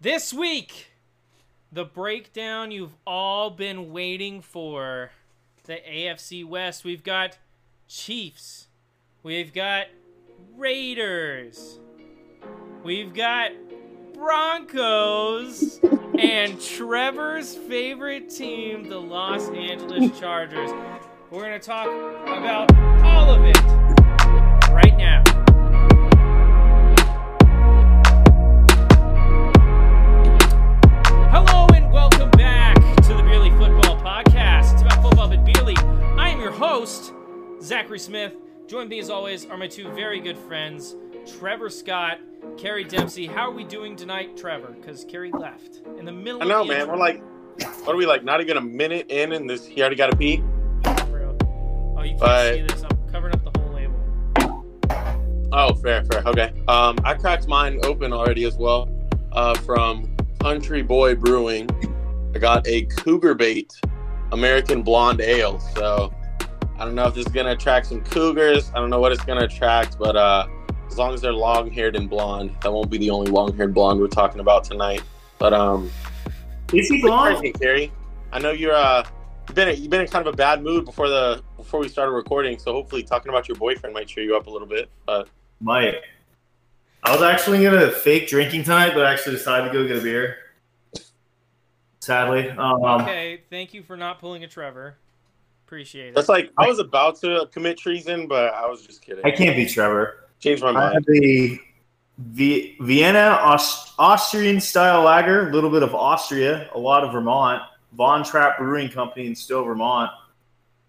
This week, the breakdown you've all been waiting for. The AFC West. We've got Chiefs. We've got Raiders. We've got Broncos and Trevor's favorite team, the Los Angeles Chargers. We're going to talk about all of it right now. Hello and welcome back to the Beerly Football Podcast. It's about football, but Beerly. I am your host, Zachary Smith. Join me as always are my two very good friends, Trevor Scott, Carrie Dempsey. How are we doing tonight, Trevor? Because Carrie left in the middle. I know, of the man. intro. We're like, what are we like? Not even a minute in, and this he already got to pee. Bro. Oh, you can't But- see this. I'm covering up the whole label. Oh, fair, fair. Okay. Um, I cracked mine open already as well. Uh, from Country Boy Brewing, I got a Cougar Bait American Blonde Ale. So I don't know if this is gonna attract some cougars. I don't know what it's gonna attract, but uh, as long as they're long-haired and blonde, that won't be the only long-haired blonde we're talking about tonight. But um, Is he blonde? Hey, Carrie. I know you're uh, you've been you've been in kind of a bad mood before the before we started recording, so hopefully talking about your boyfriend might cheer you up a little bit. But Might. I was actually gonna fake drinking tonight, but I actually decided to go get a beer. Sadly, um, okay, thank you for not pulling a Trevor. Appreciate it. that's like I was about to commit treason, but I was just kidding. I can't be Trevor. Changed my I mind. have the v- Vienna Aus- Austrian style lager, a little bit of Austria, a lot of Vermont. Von Trapp Brewing Company in Stowe, Vermont.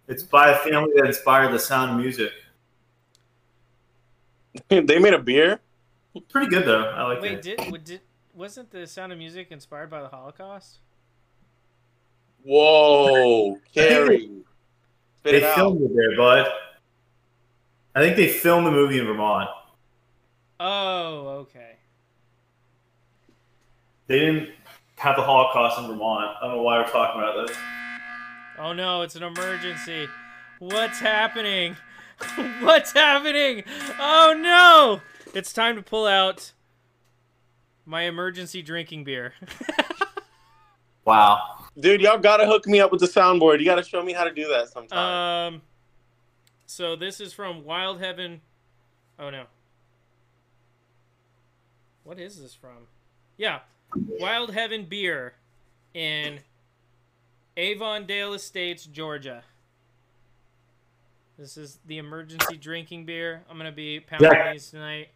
It's by a family that inspired the sound of music. they made a beer. Pretty good though. I like Wait, it. did, w- did wasn't the Sound of Music inspired by the Holocaust? Whoa, Carrie. Spit They it out. filmed it there, bud. I think they filmed the movie in Vermont. Oh, okay. They didn't have the Holocaust in Vermont. I don't know why we're talking about this. Oh no, it's an emergency. What's happening? What's happening? Oh no! It's time to pull out my emergency drinking beer. Wow. Dude, y'all gotta hook me up with the soundboard. You gotta show me how to do that sometime. um so this is from Wild Heaven. Oh no. What is this from? Yeah. Wild Heaven Beer in Avondale Estates, Georgia. This is the emergency drinking beer. I'm gonna be pounding Jack. these tonight.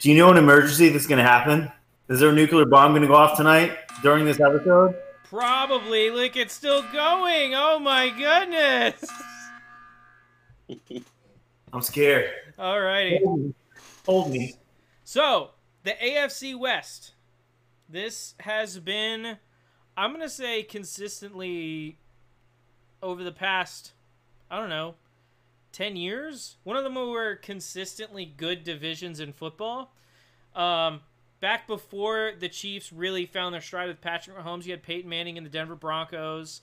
Do you know an emergency that's going to happen? Is there a nuclear bomb going to go off tonight during this episode? Probably. Look, it's still going. Oh my goodness. I'm scared. Alrighty. Hold me. So, the AFC West. This has been, I'm going to say, consistently over the past, I don't know, 10 years, one of the more consistently good divisions in football. Um, back before the Chiefs really found their stride with Patrick Mahomes, you had Peyton Manning and the Denver Broncos.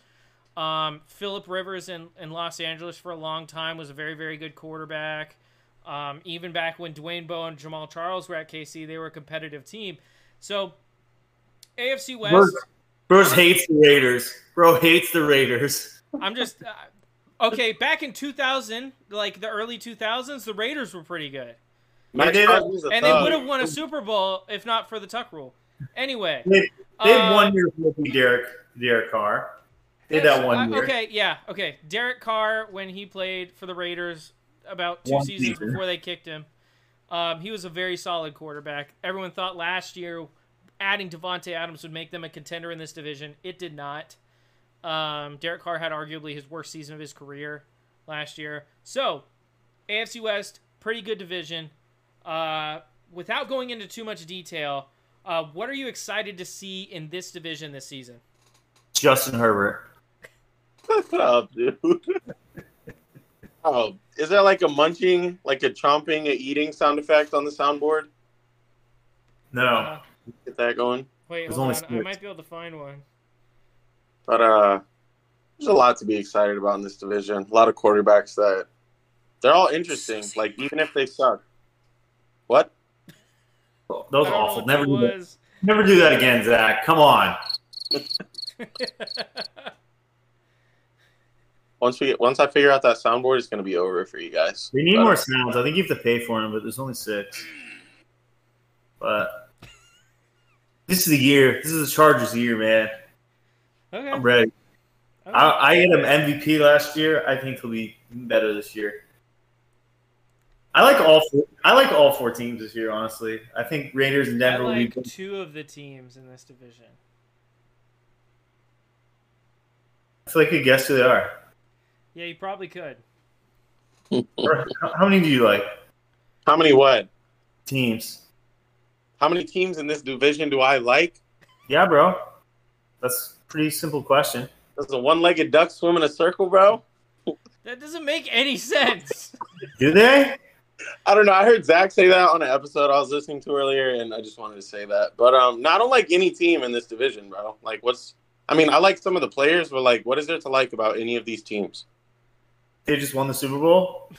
Um, Philip Rivers in, in Los Angeles for a long time was a very, very good quarterback. Um, even back when Dwayne Bowe and Jamal Charles were at KC, they were a competitive team. So, AFC West. We're- Bros hates the Raiders. Bro hates the Raiders. I'm just uh, okay. Back in 2000, like the early 2000s, the Raiders were pretty good, Max they did it. Crosby's a Uh, and they Uh, thug. would have won a Super Bowl if not for the Tuck Rule. Anyway, They, they had uh, one year with Derek, Derek Carr. They did that that's- one uh, year. okay, yeah, okay. Derek Carr, when he played for the Raiders, about two One seasons season. before they kicked him, um, he was a very solid quarterback. Everyone thought last year adding Devonte Adams would make them a contender in this division. It did not. Um, Derek Carr had arguably his worst season of his career last year. So, AFC West, pretty good division. Uh, without going into too much detail, uh, what are you excited to see in this division this season? Justin Herbert. Shut up, dude. oh, is there like a munching, like a chomping, a eating sound effect on the soundboard? Uh, No. Get that going. Wait, There's hold only on. I six. might be able to find one. But uh, there's a lot to be excited about in this division. A lot of quarterbacks that they're all interesting. Like even if they suck, what? That was awful. Never it knew that. was. Never do that again, Zach. Come on. Once we get, once I figure out that soundboard, it's gonna be over for you guys. We need But- more sounds. I think you have to pay for them, but there's only six. But this is the year. This is the Chargers' year, man. okay. I'm ready. okay. I, I hit him MVP last year. I think he'll be better this year. I like all. Four, I like all four teams this year. Honestly, I think Raiders and I Denver like will be. two of the teams in this division. I feel like you guess who they are. Yeah, you probably could. Or how, how many do you like How many what? teams? How many teams in this division do I like? Yeah, bro. That's a pretty simple question. Does a one-legged duck swim in a circle, bro? That doesn't make any sense. Do they? I don't know. I heard Zach say that on an episode I was listening to earlier, and I just wanted to say that. But um, no, I don't like any team in this division, bro. Like, what's? I mean, I like some of the players, but like, what is there to like about any of these teams? They just won the Super Bowl.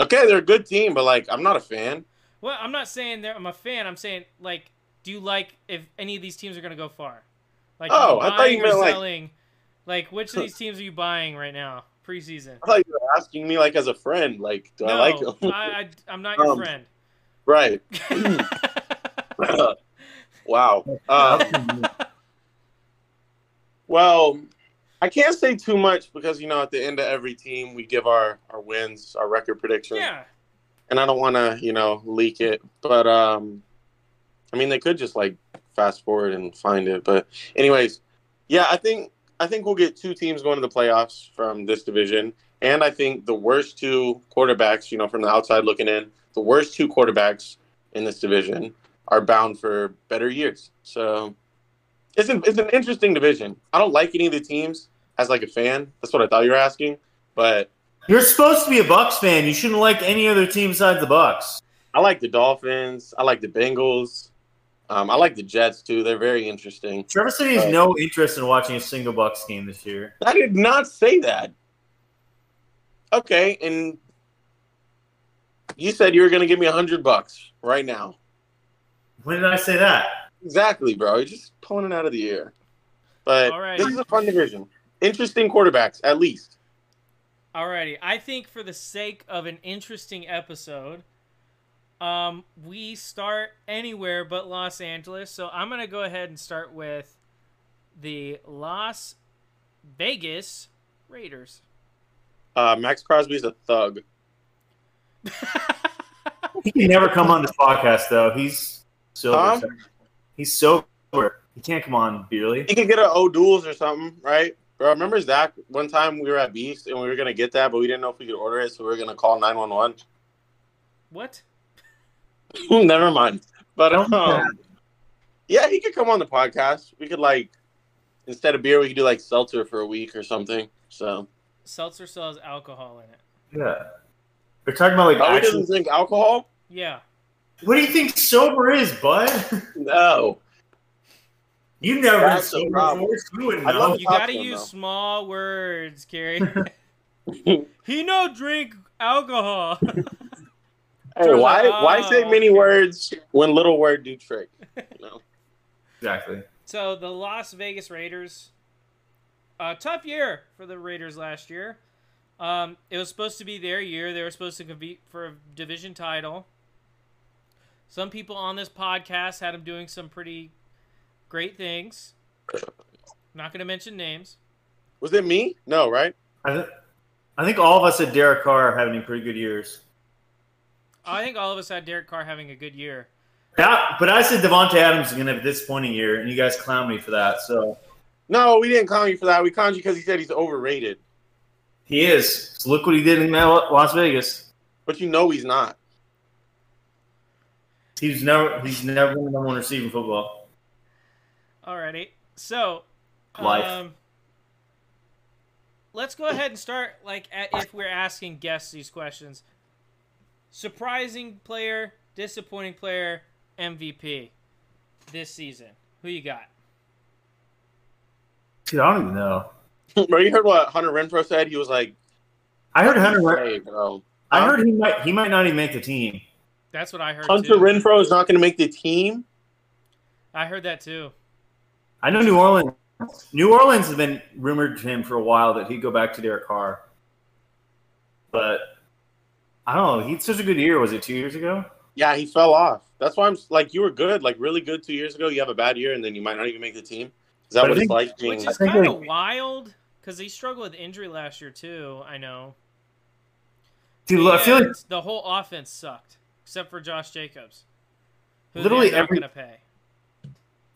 Okay, they're a good team, but like, I'm not a fan. well, I'm not saying that I'm a fan. I'm saying like, do you like if any of these teams are gonna go far? Like, are Oh, I thought buying you or meant, like- selling? Like, which of these teams are you buying right now, preseason? I thought you were asking me like as a friend, like, do I like no, them? I, I, am not your Um, friend. right. wow. Um, Well, I can't say too much because you know at the end of every team we give our our wins, our record prediction, yeah, and I don't want to you know leak it. But um, I mean they could just like fast forward and find it. But anyways, yeah, I think I think we'll get two teams going to the playoffs from this division, and I think the worst two quarterbacks, you know, from the outside looking in, the worst two quarterbacks in this division are bound for better years. So it's an, it's an interesting division. I don't like any of the teams as like a fan. That's what I thought you were asking. But You're supposed to be a Bucks fan. You shouldn't like any other team besides the Bucks. I like the Dolphins. I like the Bengals. Um, I like the Jets too. They're very interesting. Trevor City has Right. no interest in watching a single Bucks game this year. I did not say that. Okay, and you said you were going to give me a hundred bucks right now. When did I say that? Exactly, bro. You're just pulling it out of the air. But All right. this is a fun division. Interesting quarterbacks, at least. Alrighty, I think for the sake of an interesting episode, um, we start anywhere but Los Angeles. So I'm gonna go ahead and start with the Las Vegas Raiders. Uh, Max Crosby's a thug. He can never come on this podcast though. He's sober. Tom? He's sober. He can't come on, Beerly. He could get a O'Doul's or something, right? Bro, remember Zach? One time we were at Beast and we were gonna get that, but we didn't know if we could order it, so we were gonna call nine one one. what? Never mind. But Don't do um, yeah, he could come on the podcast. We could like instead of beer, we could do like seltzer for a week or something. So Seltzer still has alcohol in it. Yeah. We're talking about like oh, he actual. doesn't drink alcohol. Yeah. What do you think sober is, bud? No, You've never That's the been sober problem. before. so You wouldn't I know. love You gotta popcorn, use though. small words, Gary. he no drink alcohol. hey, why Oh, why say many okay. words when little word do trick? You know? exactly. So the Las Vegas Raiders, uh, tough year for the Raiders last year. Um, it was supposed to be their year. They were supposed to compete for a division title. Some people on this podcast had them doing some pretty great things. Not going to mention names. Was it me? No, right? I, th- I think all of us at Derek Carr are having pretty good years. I think all of us had Derek Carr having a good year. That, but I said Devonte Adams is going to have a disappointing year, and you guys clown me for that. So No, we didn't clown you for that. We clowned you because he said he's overrated, he is. So look what he did in L- Las Vegas. but you know he's not. He's never. He's never been the number one receiver in football. Alrighty. So, Life. um, let's go ahead and start like at, if we're asking guests these questions. Surprising player, disappointing player, MVP this season. Who you got? Dude, I don't even know. Bro, you heard what Hunter Renfro said? He was like, I heard Hunter. hey, bro. I heard he might. He might not even make the team. That's what I heard. Hunter too. Renfro is not going to make the team. I heard that too. I know New Orleans. New Orleans has been rumored to him for a while that he'd go back to Derek Carr, but I don't know. He had such a good year. Was it two years ago? Yeah, he fell off. That's why I'm like, you were good, like really good two years ago. You have a bad year, and then you might not even make the team. Is that But I what it's think- like? Being, Which is think kind of they- wild because he struggled with injury last year too. I know. Dude, look, I feel like And the whole offense sucked except for Josh Jacobs, who Literally they're not every- going to pay.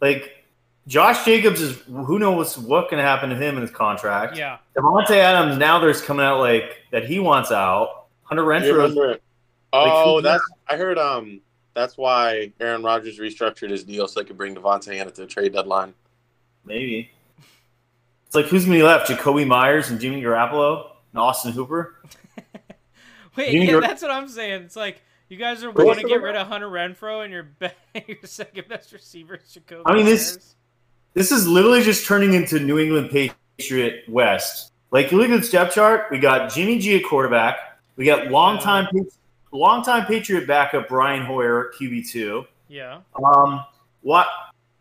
like Josh Jacobs is who knows what can happen to him in his contract. Yeah, Devontae Adams now there's coming out like that he wants out. Hunter Do you Renfro. remember- Oh, who- that's I heard. Um, that's why Aaron Rodgers restructured his deal so they could bring Devontae in at the trade deadline. Maybe. It's like who's gonna be left? Jacoby Myers and Jimmy Garoppolo and Austin Hooper. wait, You mean yeah, you're- that's what I'm saying. It's like you guys are Who want else to do get they rid of Hunter Renfro and your be- your second best receiver is Jacoby. I mean, this- Myers. This is literally just turning into New England Patriot West. Like you look at the step chart, we got Jimmy G at quarterback. We got longtime Pat- longtime Patriot backup Brian Hoyer QB two. Yeah, Um, what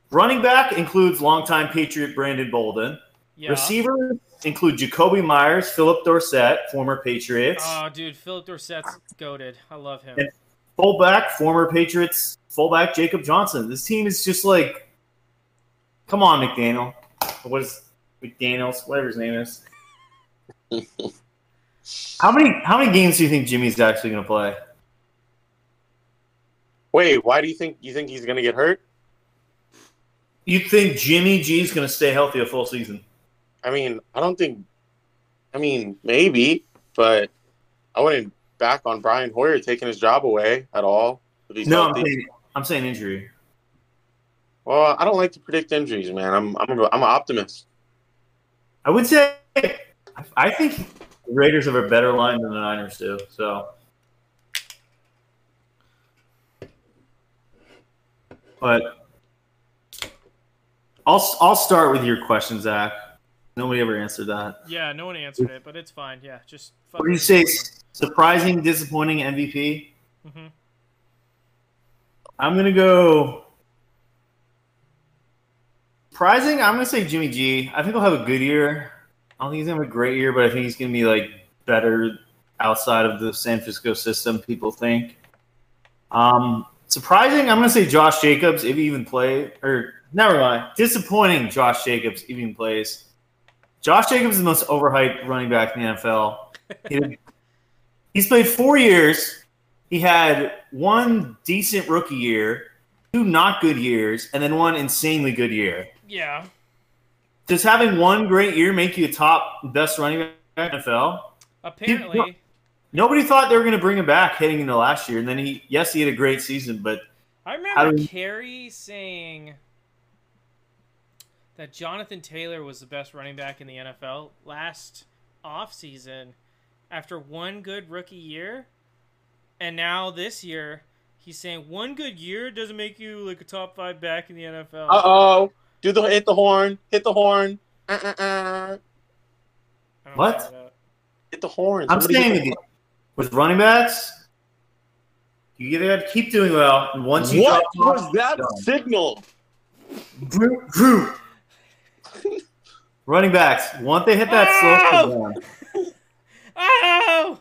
running back includes longtime Patriot Brandon Bolden. yeah. Receivers include Jacoby Myers, Philip Dorsett, former Patriots. Oh, dude, Philip Dorsett's goaded. I love him. And- fullback, former Patriots. Fullback Jacob Johnson. This team is just like, come on, McDaniel. What is McDaniel's? Whatever his name is. how many how many games do you think Jimmy's actually going to play? Wait, why do you think you think he's gonna get hurt? You think Jimmy G's going to stay healthy a full season? I mean, I don't think. I mean, maybe, but I wouldn't back on Brian Hoyer taking his job away at all. If he's No, I'm healthy. saying, I'm saying injury. Well, I don't like to predict injuries, man. I'm I'm a, I'm an optimist. I would say I think the Raiders have a better line than the Niners do. So, but I'll I'll start with your question, Zach. Nobody ever answered that. Yeah, no one answered it, but it's fine. Yeah, just. What do you say? Surprising, disappointing MVP. Mm-hmm. I'm gonna go. Surprising, I'm gonna say Jimmy G. I think he'll have a good year. I don't think he's gonna have a great year, but I think he's gonna be like better outside of the San Francisco system. People think. Um, surprising, I'm gonna say Josh Jacobs if he even play or never mind. Disappointing, Josh Jacobs if he even plays. Josh Jacobs is the most overhyped running back in the NFL. He- he's played four years. He had one decent rookie year, two not good years, and then one insanely good year. Yeah, Does having one great year make you a top best running back in the NFL? apparently. Nobody thought they were going to bring him back heading into last year, and then he yes he had a great season, but I How remember do we- Carrie saying that Jonathan Taylor was the best running back in the NFL last offseason after one good rookie year. And now this year, he's saying one good year doesn't make you like a top five back in the NFL. Uh oh, do the hit the horn, hit the horn, uh-uh-uh. I don't What? know about- hit the horn. I'm Somebody staying hit with you. With running backs, you either got to keep doing well, and once the- you What drop was off, that done. signal? Drew, Drew. running backs, once they hit that slow Ow! Ah! down. Oh!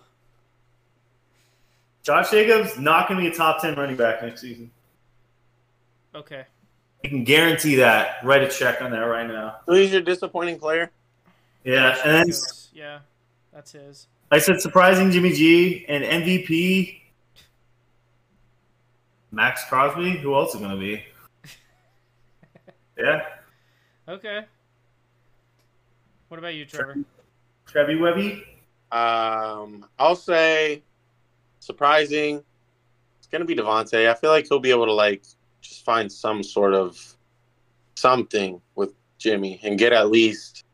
Josh Jacobs not going to be a top ten running back next season. Okay. You can guarantee that. Write a check on that right now. So he's your disappointing player. Yeah, and then Yeah, that's his. I said surprising Jimmy G and MVP. Max Crosby. Who else is going to be? Yeah, Okay. What about you, Trevor? Trevi Webby. Um, I'll say surprising. It's gonna be Devontae. I feel like he'll be able to like just find some sort of something with Jimmy and get at least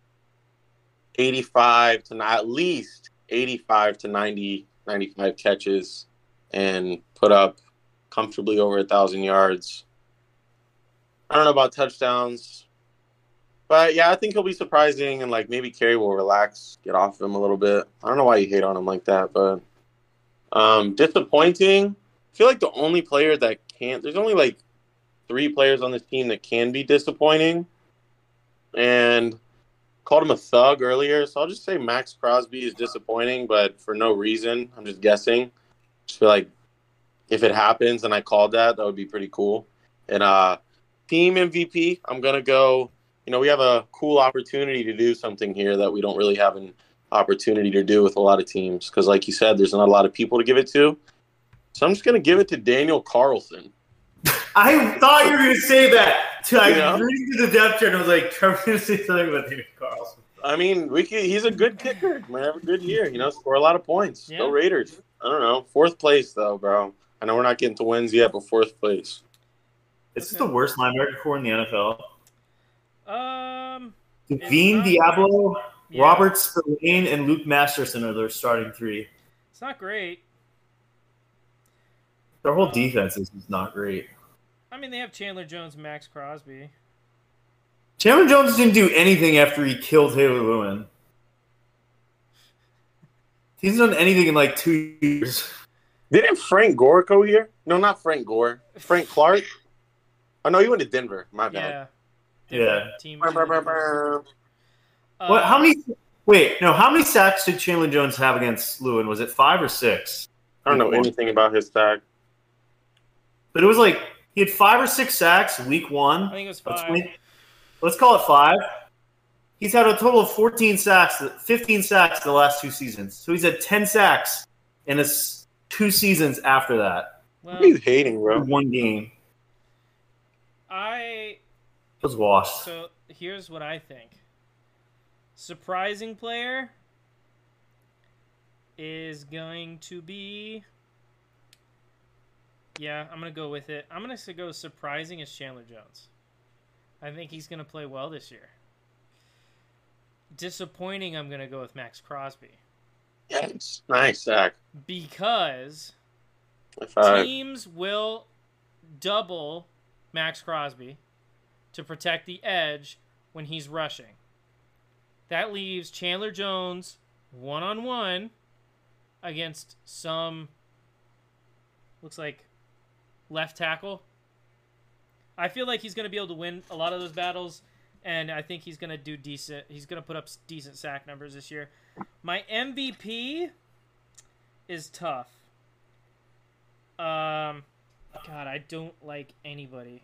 eighty-five to ni- at least eighty-five to 90, 95 catches and put up comfortably over a thousand yards. I don't know about touchdowns. But yeah, I think he'll be surprising, and like maybe Kerry will relax, get off him a little bit. I don't know why you hate on him like that, but um, disappointing. I feel like the only player that can't. There's only like three players on this team that can be disappointing, and called him a thug earlier. So I'll just say Max Crosby is disappointing, but for no reason. I'm just guessing. Just feel like if it happens and I called that, that would be pretty cool. And uh, team MVP, I'm gonna go. You know, we have a cool opportunity to do something here that we don't really have an opportunity to do with a lot of teams because, like you said, there's not a lot of people to give it to. So I'm just gonna give it to Daniel Carlson. I thought you were going to say that. So I Yeah. was reading through the depth chart and I was like, Trevor's going to say something about David Carlson. I mean, we could, he's a good kicker. Might have a good year. You know, score a lot of points. Yeah. Go Raiders. I don't know. Fourth place though, bro. I know we're not getting to wins yet, but fourth place. This is Okay. the worst linebacker core in the NFL. Um, It's Devine not- Diablo, yeah, Robert Spillane, and Luke Masterson are their starting three. It's not great. Their whole defense is is not great. I mean, they have Chandler Jones, and Max Crosby. Chandler Jones didn't do anything after he killed Taylor Lewin. He's done anything in like two years. Didn't Frank Gore go here? No, not Frank Gore. Frank Clark. Oh no, he went to Denver. My bad. Yeah. Yeah. Team. Brr, brr, brr, brr. what? How Um, many? Wait, no. How many sacks did Chandler Jones have against Lewin? Was it five or six? I don't know anything about his tag. But it was like he had five or six sacks week I one. think it was Let's, five. make- let's call it five. He's had a total of 14 sacks, 15 sacks the last two seasons. So he's had 10 sacks in his two seasons after that. Well, He's hating, bro. One game I It was washed. so here's what I think. Surprising player is going to be. Yeah, I'm gonna go with it. I'm gonna s- go surprising as Chandler Jones. I think he's gonna play well this year. Disappointing, I'm gonna go with Max Crosby Yes. Nice sack. because If I teams will double Max Crosby to protect the edge when he's rushing. That leaves Chandler Jones one on one against some looks like left tackle. I feel like he's going to be able to win a lot of those battles and I think he's going to do decent. He's going to put up s- decent sack numbers this year. My MVP is tough. Um, God, I don't like anybody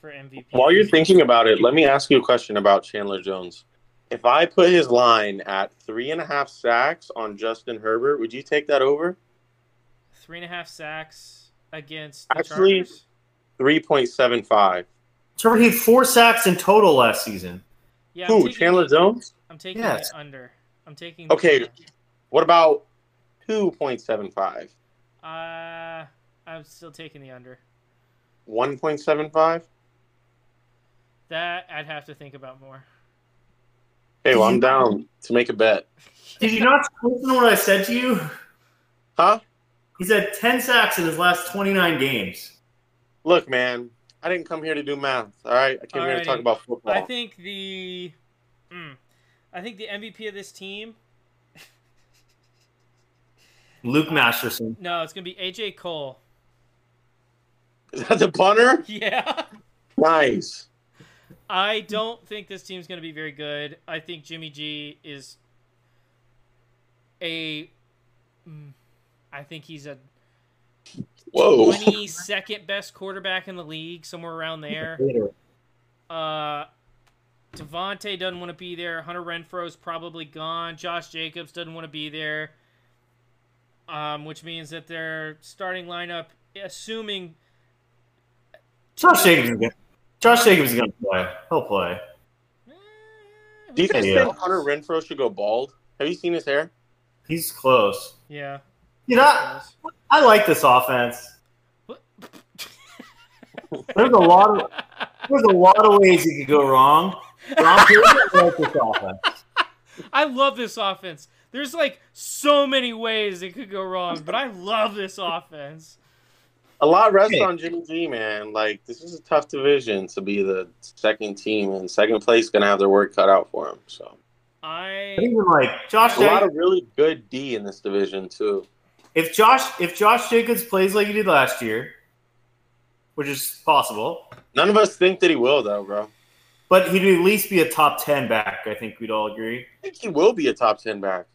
for MVP. while you're thinking about it, let me ask you a question about Chandler Jones. If I put his line at three and a half sacks on Justin Herbert, would you take that over? three and a half sacks against the Actually- Chargers. Three point seven five. Trevor, he had four sacks in total last season. Yeah, I'm Who? taking- Chandler Jones? I'm taking Yes. the under. I'm taking. Okay. What about two point seven five? Uh, I'm still taking the under. One point seven five? That I'd have to think about more. Hey, well, I'm down to make a bet. Did you not listen to what I said to you? Huh? He's had 10 sacks in his last 29 games. Look, man, I didn't come here to do math. All right, I came here to Alrighty. talk about football. I think the, mm, I think the MVP of this team. Luke Masterson. No, it's gonna be AJ Cole. Is that the punter? Yeah. Nice. I don't think this team's going to be very good. I think Jimmy G is a. mm, I think he's a Whoa. Oh. 22nd best quarterback in the league, somewhere around there. Uh, Devontae doesn't want to be there. Hunter Renfro's probably gone. Josh Jacobs doesn't want to be there. Um, which means that their starting lineup, assuming Josh Jacobs is gonna, Josh Jacobs is going to play. He'll play. eh, Do you guys Yeah. think Hunter Renfro should go bald? Have you seen his hair? He's close. yeah, You know, I, I like this offense. There's a lot of there's a lot of ways it could go wrong. But I'm pretty sure I like this offense. I love this offense. There's like so many ways it could go wrong, but I love this offense. A lot rests Hey. on Jimmy G, man. Like this is a tough division to be the second team, and second place gonna have their work cut out for them. So I Even like Josh a lot Jacobs, of really good D in this division too. if Josh if Josh Jacobs plays like he did last year, which is possible. None of us think that he will, though, bro. But he'd at least be a top 10 back. I think we'd all agree. I think he will be a top 10 back.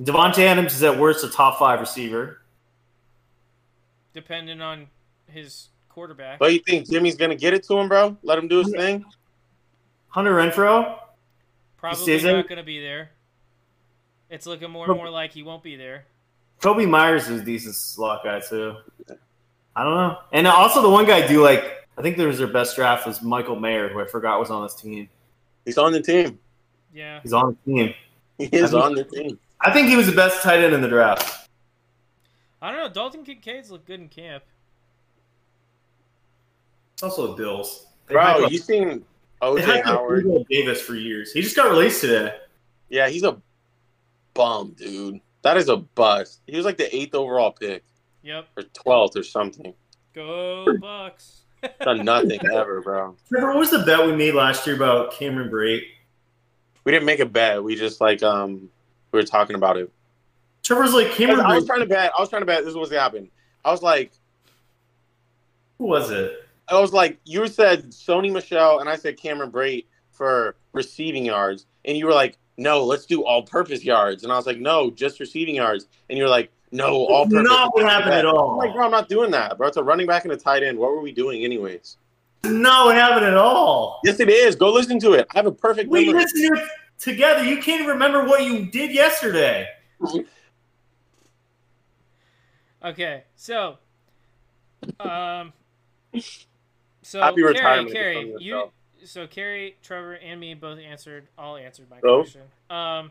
Devontae Adams is at worst a top five receiver. depending on his quarterback. But you think Jimmy's going to get it to him, bro? Let him do his thing? Hunter Renfro, Probably season- not going to be there. It's looking more and more like he won't be there. Kobe Myers is a decent slot guy, too. I don't know. And also, the one guy I do like, I think there was their best draft was Michael Mayer, who I forgot was on this team. He's on the team. Yeah. He's on the team. He is I mean- on the team. I think he was the best tight end in the draft. I don't know. Dalton Kincaid's looked good in camp. It's also Bills. They Bro, hype up- you seen they hype OJ up Howard. Gabriel Davis for years. He just got released today. Yeah, he's a bum, dude. That is a bust. He was like the eighth overall pick Yep. or 12th or something. Go Bucks. Done nothing ever, bro. Trevor, what was the bet we made last year about Cameron Brate? We didn't make a bet. We just like um we were talking about it. Trevor's like Cameron. I was Brate, trying to bet. I was trying to bet. This is what's happened. I was like, who was it? I was like, you said Sony Michelle, and I said Cameron Brate for receiving yards, and you were like, no, let's do all-purpose yards, and I was like, no, just receiving yards, and you were like, no, all-purpose. Not what happened at all. I'm like, bro, I'm not doing that, bro. It's a running back and a tight end. What were we doing, anyways? Not what happened at all. Yes, it is. Go listen to it. I have a perfect. We memory. listened to it together. You can't even remember what you did yesterday. okay. So, um, so Happy Carrie, retirement, Carrie, Antonio you. So Carrie, Trevor, and me both answered. All answered my Oh. question. Um,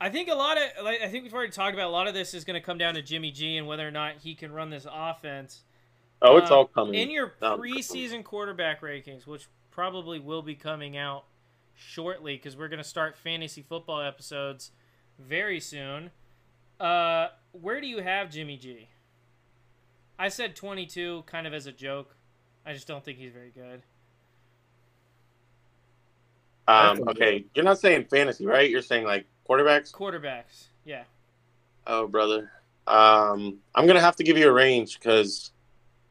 I think a lot of, like, I think we've already talked about a lot of this is going to come down to Jimmy G and whether or not he can run this offense. Oh, it's Um, all coming. In your Um, preseason quarterback rankings, which probably will be coming out shortly because we're going to start fantasy football episodes very soon. Uh, where do you have Jimmy G? I said 22 kind of as a joke. I just don't think he's very good. Um, okay, you're not saying fantasy, right? You're saying like quarterbacks. Quarterbacks, yeah. Oh, brother. Um, I'm gonna have to give you a range because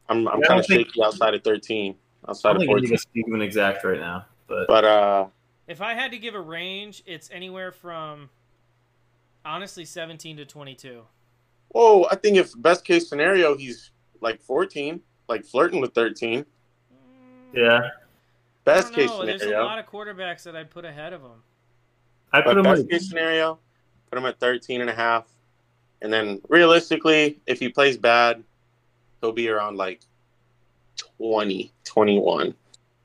I'm I'm Yeah, I kind don't of think- shaky outside of 13, I outside don't of think 14. you can speak of an exact right now, but But uh, If I had to give a range, it's anywhere from honestly 17 to 22. whoa, I think if best case scenario, he's like 14, like flirting with 13. Mm, yeah, I Best don't case know. There's a lot scenario. of quarterbacks that I'd put ahead of him. I put But him best like case scenario, put him at 13 and a half, and then realistically, if he plays bad, he'll be around like 20, 21.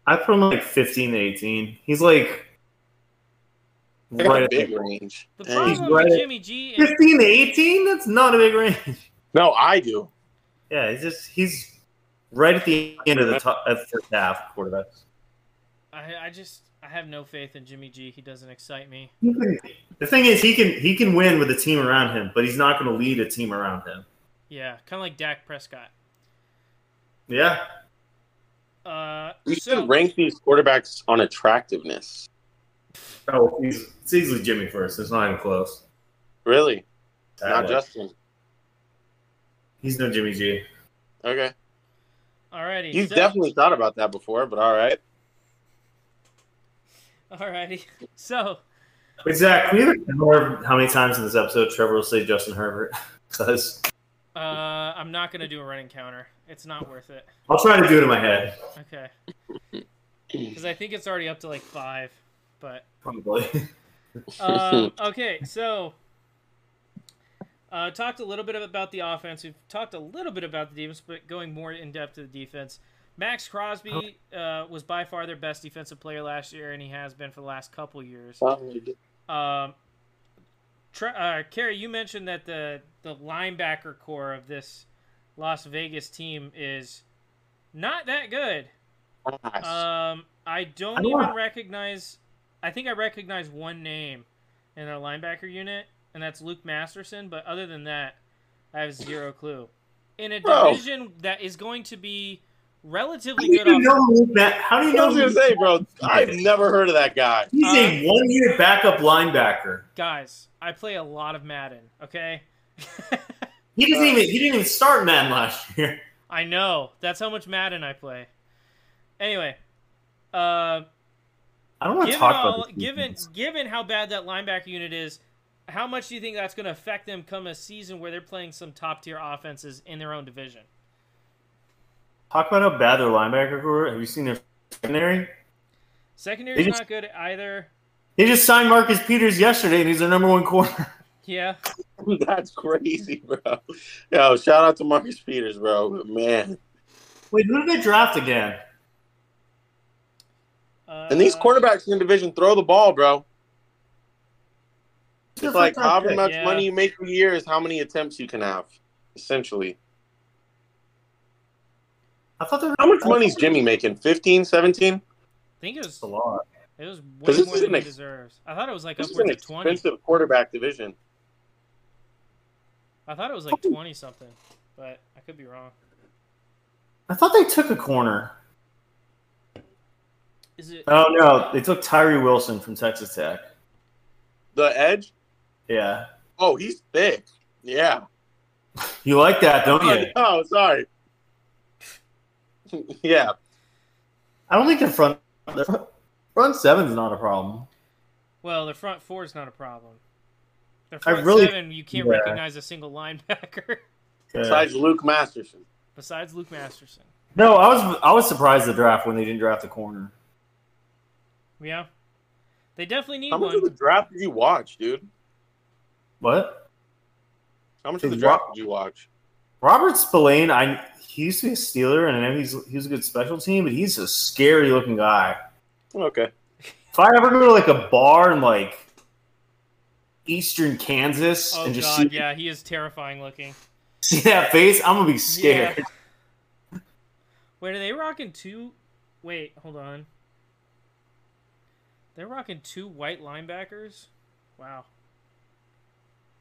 I put him like fifteen to eighteen. He's like I got a right big range. The Dang. problem right with at- Jimmy G and fifteen to eighteen. That's not a big range. No, I do. Yeah, he's just he's right at the end of the top of the first half quarterback. I, I just I have no faith in Jimmy G. He doesn't excite me. He can- The thing is, he can he can win with a team around him, but he's not going to lead a team around him. Yeah, kind of like Dak Prescott. Yeah, Uh, We so, should rank these quarterbacks on attractiveness. oh, he's, it's easily Jimmy first. It's not even close. Really? That Not way. Justin. he's no Jimmy G. Okay. alrighty, You've so- definitely thought about that before, but all right. alrighty. So Wait, Zach, can we have a count of how many times in this episode Trevor will say Justin Herbert? Because uh, I'm not gonna do a running counter. It's not worth it. I'll try to do it in my head, Okay, because I think it's already up to like five. But probably. um, okay, so uh, talked a little bit about the offense. We've talked a little bit about the defense, but going more in depth to the defense. Max Crosby uh, was by far their best defensive player last year, and he has been for the last couple years. Um, Tre- uh, Kerry, you mentioned that the the linebacker core of this Las Vegas team is not that good. Um, I don't I don't even know. recognize. I think I recognize one name in their linebacker unit, and that's Luke Masterson. But other than that, I have zero clue. In a Bro. division that is going to be How relatively do good, you off- know who that? How do you I know was gonna who- say, uh, bro, I've never heard of that guy. he's a one-year backup linebacker? guys, I play a lot of Madden. Okay. uh, He doesn't even he didn't even start Madden last year. I know. That's how much Madden I play. Anyway, uh, I don't want to given talk about all- this given defense. given how bad that linebacker unit is, how much do you think that's going to affect them come a season where they're playing some top tier offenses in their own division? Talk about how bad their linebacker were. Have you seen their secondary? Secondary's They just- not good either. They just signed Marcus Peters yesterday, and he's their number one corner. Yeah, That's crazy, bro. Yo, shout out to Marcus Peters, bro. Man, Wait, who did they draft again? uh, and these quarterbacks in the division throw the ball, bro. It's like however much Yeah. money you make per year is how many attempts you can have, essentially. I thought they were How much money is Jimmy making? 15, 17? I think it was That's a lot. it was way this more is than an he ex- deserves. I thought it was like This is an upwards of twenty. expensive quarterback division. I thought it was like twenty something, but I could be wrong. I thought they took a corner. Is Uh, it? Oh no, they took Tyree Wilson from Texas Tech. The edge? Yeah, Oh, he's thick. Yeah. you like that, don't you? Oh, sorry. yeah. I don't think the front their front seven's not a problem. Well, the front four is not a problem. The I front really- seven, you can't Yeah. recognize a single linebacker Yeah. Besides Luke Masterson. besides Luke Masterson. No, I was I was surprised the draft when they didn't draft a corner. Yeah, they definitely need How much of the one. draft did you watch, dude? What? How much of the Did draft what? did you watch? Robert Spillane, I he used to be a Steeler, and I know he's he was a good special team, but he's a scary looking guy. Okay. If I ever go to like a bar in like Eastern Kansas Oh and just god, see, yeah, he is terrifying looking. see that face, I'm gonna be scared. Yeah. Wait, are they rocking two? Wait, hold on. They're rocking two white linebackers. Wow,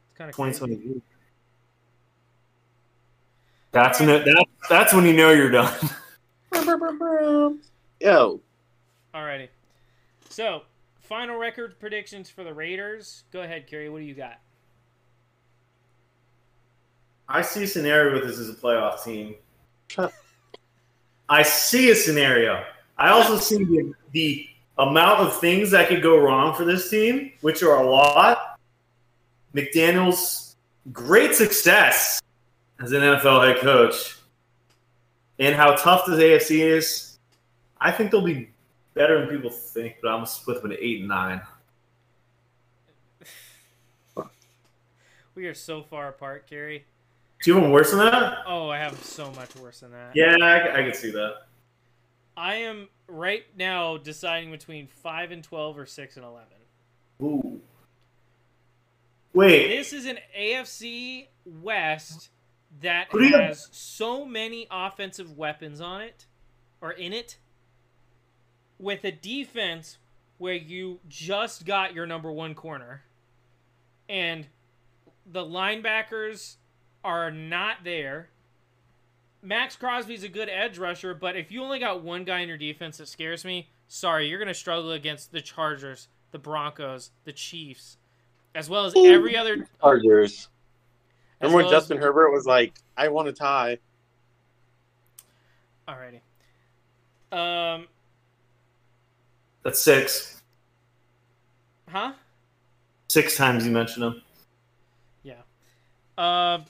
it's kind of Twenty crazy. twenty two. That's when that, that's when you know you're done. Yo, Alrighty. So, final record predictions for the Raiders. Go ahead, Kerry. What do you got? I see a scenario with this as a playoff team. Huh. I see a scenario. I also see the, the amount of things that could go wrong for this team, which are a lot. McDaniel's great success as an NFL head coach and how tough this AFC is. I think they'll be better than people think, but I'm going to split them into eight and nine. We are so far apart, Kerry. Do you have one worse than that? Oh, I have so much worse than that. Yeah, I, I could see that. I am right now deciding between five and twelve or six and eleven. Ooh. Wait. This is an AFC West that Who do you- has so many offensive weapons on it or in it with a defense where you just got your number one corner and the linebackers are not there. Max Crosby's a good edge rusher, but if you only got one guy in your defense that scares me, sorry, you're going to struggle against the Chargers, the Broncos, the Chiefs, as well as every other as Chargers. Remember when well as- Justin Herbert was like, I want a tie? Alrighty. Um, That's six. huh? Six times you mentioned him. Um,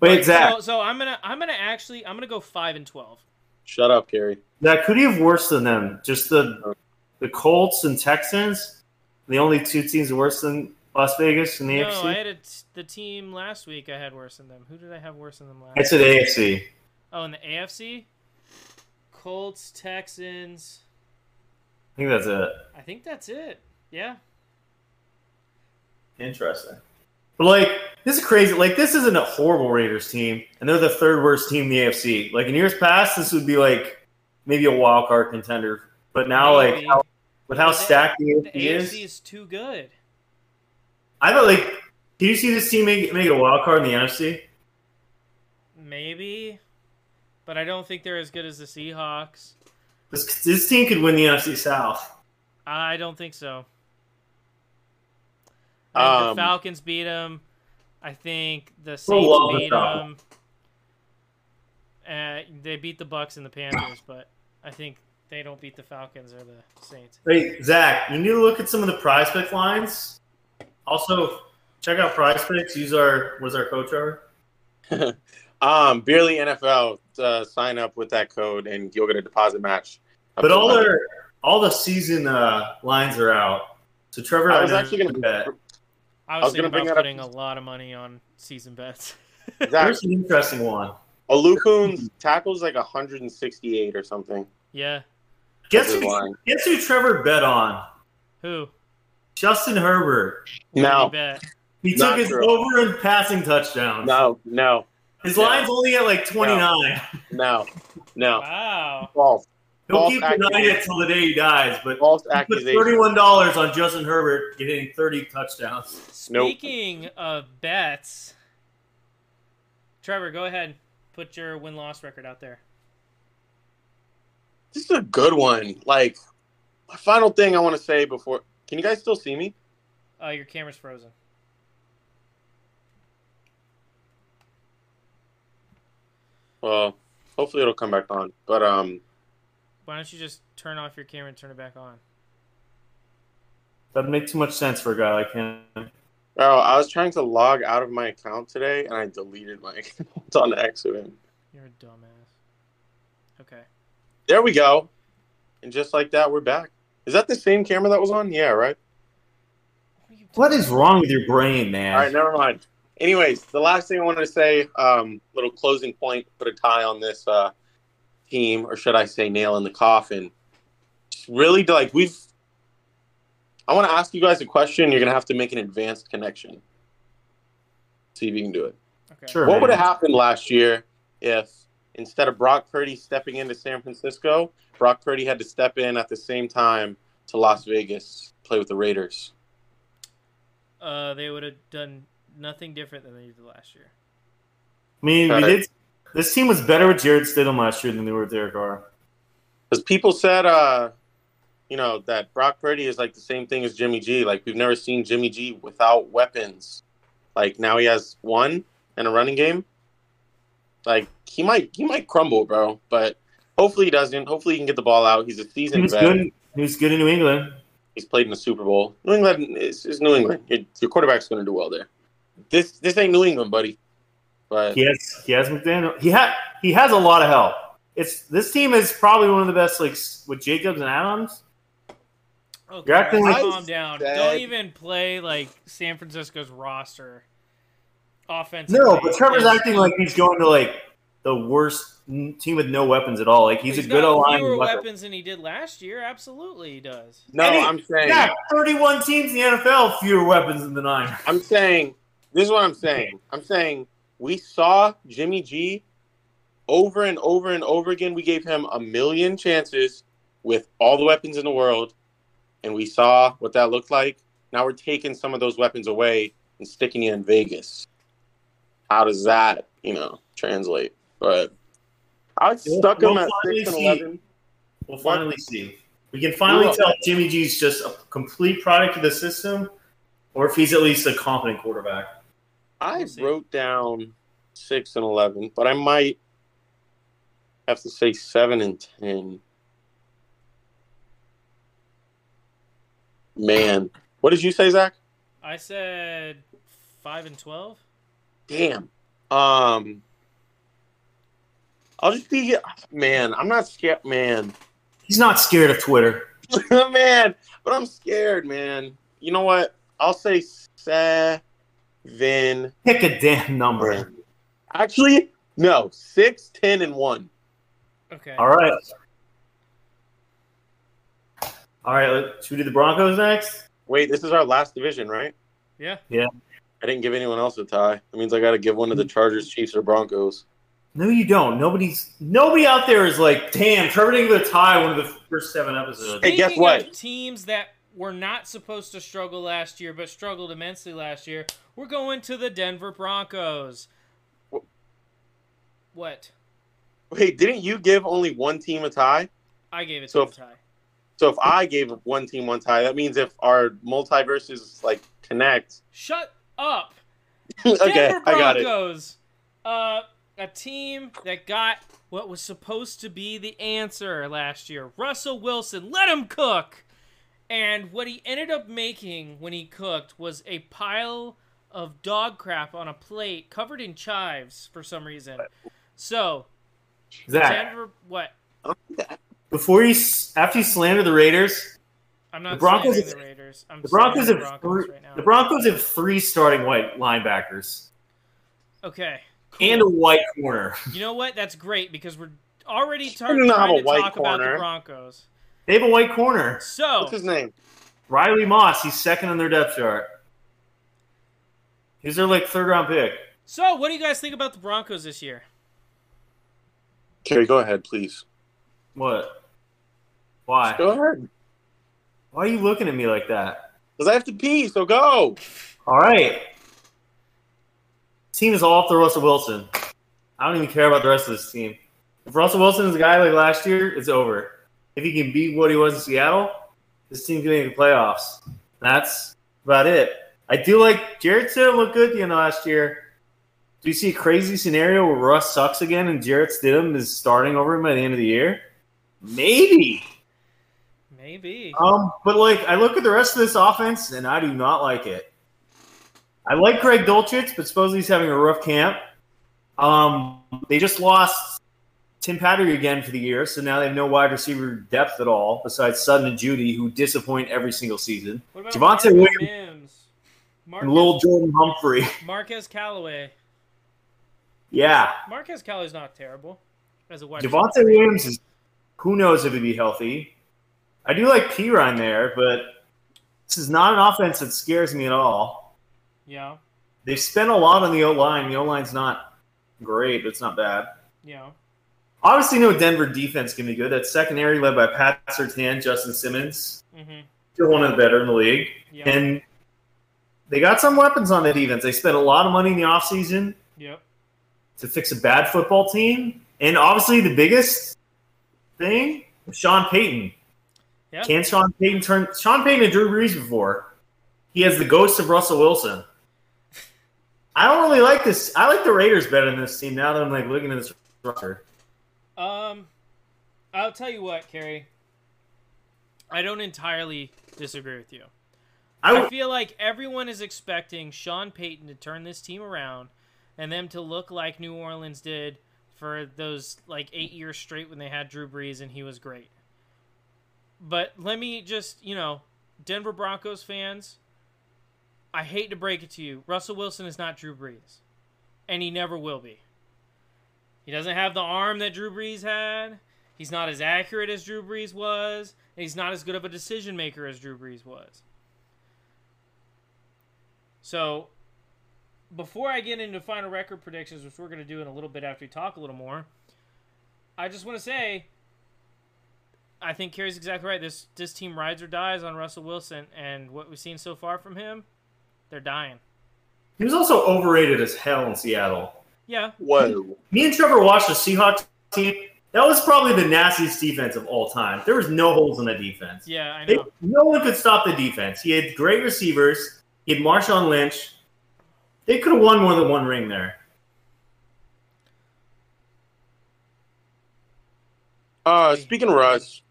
Wait, but- Zach. So, so I'm gonna, I'm gonna actually, I'm gonna go five and twelve. Shut up, Kerry. Zach, who do you have worse than them? Just the the Colts and Texans, the only two teams worse than Las Vegas in the No, AFC. I I, had a t- the team last week. I had worse than them. Who did I have worse than them last? said AFC. Oh, in the AFC, Colts, Texans. I think that's it. I think that's it. Yeah. Interesting. But like, this is crazy. Like, this isn't a horrible Raiders team, and they're the third worst team in the AFC. Like in years past, this would be like maybe a wild card contender. But now, like, Maybe. how, with how stacked the the AFC is, AFC is too good. I thought like, can you see this team make, make it a wild card in the NFC? Maybe, but I don't think they're as good as the Seahawks. This, this team could win the NFC South. I don't think so. I think Um, the Falcons beat them. I think the We'll Saints love the beat Falcons. them. Uh, they beat the Bucks and the Panthers, but I think they don't beat the Falcons or the Saints. Hey, Zach, you need to look at some of the prize pick lines. Also, check out prize picks. Use our, was our coach over? Um, barely NFL. Uh, sign up with that code, and you'll get a deposit match. up But to all 11. their all the season uh, lines are out. So Trevor, I was know actually you going to bet. bet. I I was, was thinking gonna bring about that up- putting a lot of money on season bets. Zach, Here's an interesting one. Olukun's tackles like 168 or something. yeah. Guess That's his who, line. guess who Trevor bet on? Who? Justin Herbert. What did No. you bet? He Not took his true. over and passing touchdowns. No, no, His No. line's only at like 29. no, no. Wow. False. He'll False keep denying accusation. it till the day he dies. But False he put accusation. $31 on Justin Herbert getting 30 touchdowns. Nope. Speaking of bets, Trevor, go ahead. Put your win loss record out there. This is a good one. Like, my final thing I want to say before. Can you guys still see me? Uh, your camera's frozen. Well, hopefully it'll come back on. But um, Why don't you just turn off your camera and turn it back on? That'd make too much sense for a guy like him. oh, I was trying to log out of my account today, and I deleted my account on accident. You're a dumbass. Okay. There we go. And just like that, we're back. Is that the same camera that was on? Yeah, right. What is wrong with your brain, man? All right, never mind. Anyways, the last thing I wanted to say, um, little closing point, put a tie on this uh, team, or should I say, nail in the coffin. It's Really, like we've. I want to ask you guys a question. You're gonna have to make an advanced connection. See if you can do it. Okay. Sure. What would man. have happened last year if instead of Brock Purdy stepping into San Francisco, Brock Purdy had to step in at the same time to Las Vegas, play with the Raiders? Uh, they would have done nothing different than they did last year. I mean, we Got it. did. This team was better with Jared Stidham last year than they were with Derek Carr. Because people said, uh, you know, that Brock Purdy is like the same thing as Jimmy G. Like, we've never seen Jimmy G without weapons. Like, now he has one and a running game. Like, he might he might crumble, bro. But hopefully he doesn't. Hopefully he can get the ball out. He's a He seasoned was vet. good. in- He was good in New England. He's played in the Super Bowl. New England is, is New England. Your, your quarterback's going to do well there. This this ain't New England, buddy. But He has he has McDaniel. He had he has a lot of help. It's this team is probably one of the best leagues with Jacobs and Adams. Okay, You're acting like- calm down. Said- Don't even play like San Francisco's roster. Offense. No, but Trevor's acting like he's going to like the worst n- team with no weapons at all. Like he's, a good got O line. Fewer weapon. weapons than he did last year. Absolutely, he does. no, Any- I'm saying Yeah, thirty-one teams in the NFL fewer weapons than the nine. I'm saying this is what I'm saying. I'm saying we saw Jimmy G over and over and over again. We gave him a million chances with all the weapons in the world, and we saw what that looked like. Now we're taking some of those weapons away and sticking you in Vegas. How does that, you know, translate? But I stuck him We'll at finally six and see. eleven. We'll finally see. We can finally Well- tell if Jimmy G's just a complete product of the system, or if he's at least a competent quarterback. I We'll see. wrote down six and eleven, but I might have to say seven and ten. Man, what did you say, Zach? I said five and twelve. Damn. Um, I'll just be man. I'm not scared, man. He's not scared of Twitter. man, but I'm scared, man. You know what? I'll say seven. Pick a damn number. Actually, no, six, ten, and one. Okay. All right. All right. let- Should we do the Broncos next? Wait, this is our last division, right? Yeah. Yeah. I didn't give anyone else a tie. That means I got to give one to the Chargers, Chiefs, or Broncos. No, you don't. Nobody's nobody out there is like, damn, Trevor didn't get a tie one of the first seven episodes. Hey, guess Speaking what? of teams that were not supposed to struggle last year but struggled immensely last year, we're going to the Denver Broncos. Wha- What? Wait, didn't you give only one team a tie? I gave it to So the if- tie. So if I gave one team one tie, that means if our multiverses like connect, Shut up. okay, Denver I got it. Broncos. Uh, a team that got what was supposed to be the answer last year. Russell Wilson, let him cook. And what he ended up making when he cooked was a pile of dog crap on a plate covered in chives for some reason. So, Zach, Denver, what? before you s- after you slander the Raiders, I'm not The Broncos slamming the have- Raiders. I'm the Broncos slamming have the three, Broncos right now. the Broncos have three starting white linebackers okay. and a white corner. You know what? That's great because we're already tar- do not have trying a to white talk about corner. the Broncos. They have a white corner. So, What's his name? Riley Moss, he's second on their depth chart. He's their like third round pick. so what do you guys think about the Broncos this year? Kerry, go ahead, please. What? Why? Go ahead. Why are you looking at me like that? Because I have to pee, so go. All right. Team is all after Russell Wilson. I don't even care about the rest of this team. If Russell Wilson is a guy like last year, it's over. If he can be what he was in Seattle, this team can make the playoffs. That's about it. I do like Jarrett Stidham looked good at the end of last year. Do you see a crazy scenario where Russ sucks again and Jarrett Stidham is starting over him by the end of the year? Maybe. Maybe. Um, but like I look at the rest of this offense and I do not like it. I like Craig Dolchitz, but supposedly he's having a rough camp. Um, they just lost Tim Patry again for the year, so now they have no wide receiver depth at all besides Sutton and Judy, who disappoint every single season. What about Javonte Marvin Williams. Mims? Marcus, And little Jordan Humphrey, Marquez Callaway. yeah. Marquez Callaway's not terrible as a wide receiver. Javante Williams is who knows if he'd be healthy. I do like P Ryan there, but this is not an offense that scares me at all. Yeah, They've spent a lot on the O line. The O line's not great, but it's not bad. yeah. Obviously, no Denver defense can be good. That secondary led by Pat Sertan, Justin Simmons, Mm-hmm. still one of the better in the league. Yep. And they got some weapons on that defense. They spent a lot of money in the offseason yep. to fix a bad football team. And obviously, the biggest thing, Sean Payton. Yeah. Can Sean Payton turn Sean Payton and Drew Brees before? He has the ghost of Russell Wilson. I don't really like this. I like the Raiders better than this team now that I'm like looking at this roster. Um, I'll tell you what, Carrie. I don't entirely disagree with you. I I w- feel like everyone is expecting Sean Payton to turn this team around and them to look like New Orleans did for those like eight years straight when they had Drew Brees and he was great. But let me just, you know, Denver Broncos fans, I hate to break it to you. Russell Wilson is not Drew Brees, and he never will be. He doesn't have the arm that Drew Brees had. He's not as accurate as Drew Brees was, and he's not as good of a decision maker as Drew Brees was. So, before I get into final record predictions, which we're going to do in a little bit after we talk a little more, I just want to say I think Kerry's exactly right. This this team rides or dies on Russell Wilson, and what we've seen so far from him, they're dying. he was also overrated as hell in Seattle. Yeah, Whoa. Me and Trevor watched the Seahawks team. That was probably the nastiest defense of all time. There was no holes in that defense. yeah, I They, know. no one could stop the defense. He had great receivers. He had Marshawn Lynch. They could have won more than one ring there. Uh, speaking of Russ,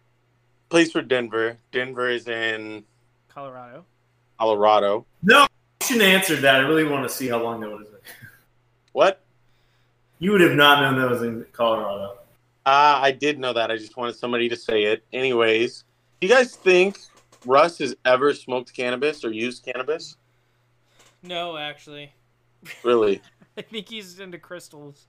plays for Denver. Denver is in Colorado. Colorado. You shouldn't have answered that. I really want to see how long that was. What? You would have not known that was in Colorado. Uh, I did know that. I just wanted somebody to say it. Anyways, do you guys think Russ has ever smoked cannabis or used cannabis? No, actually, Really? I think he's into crystals.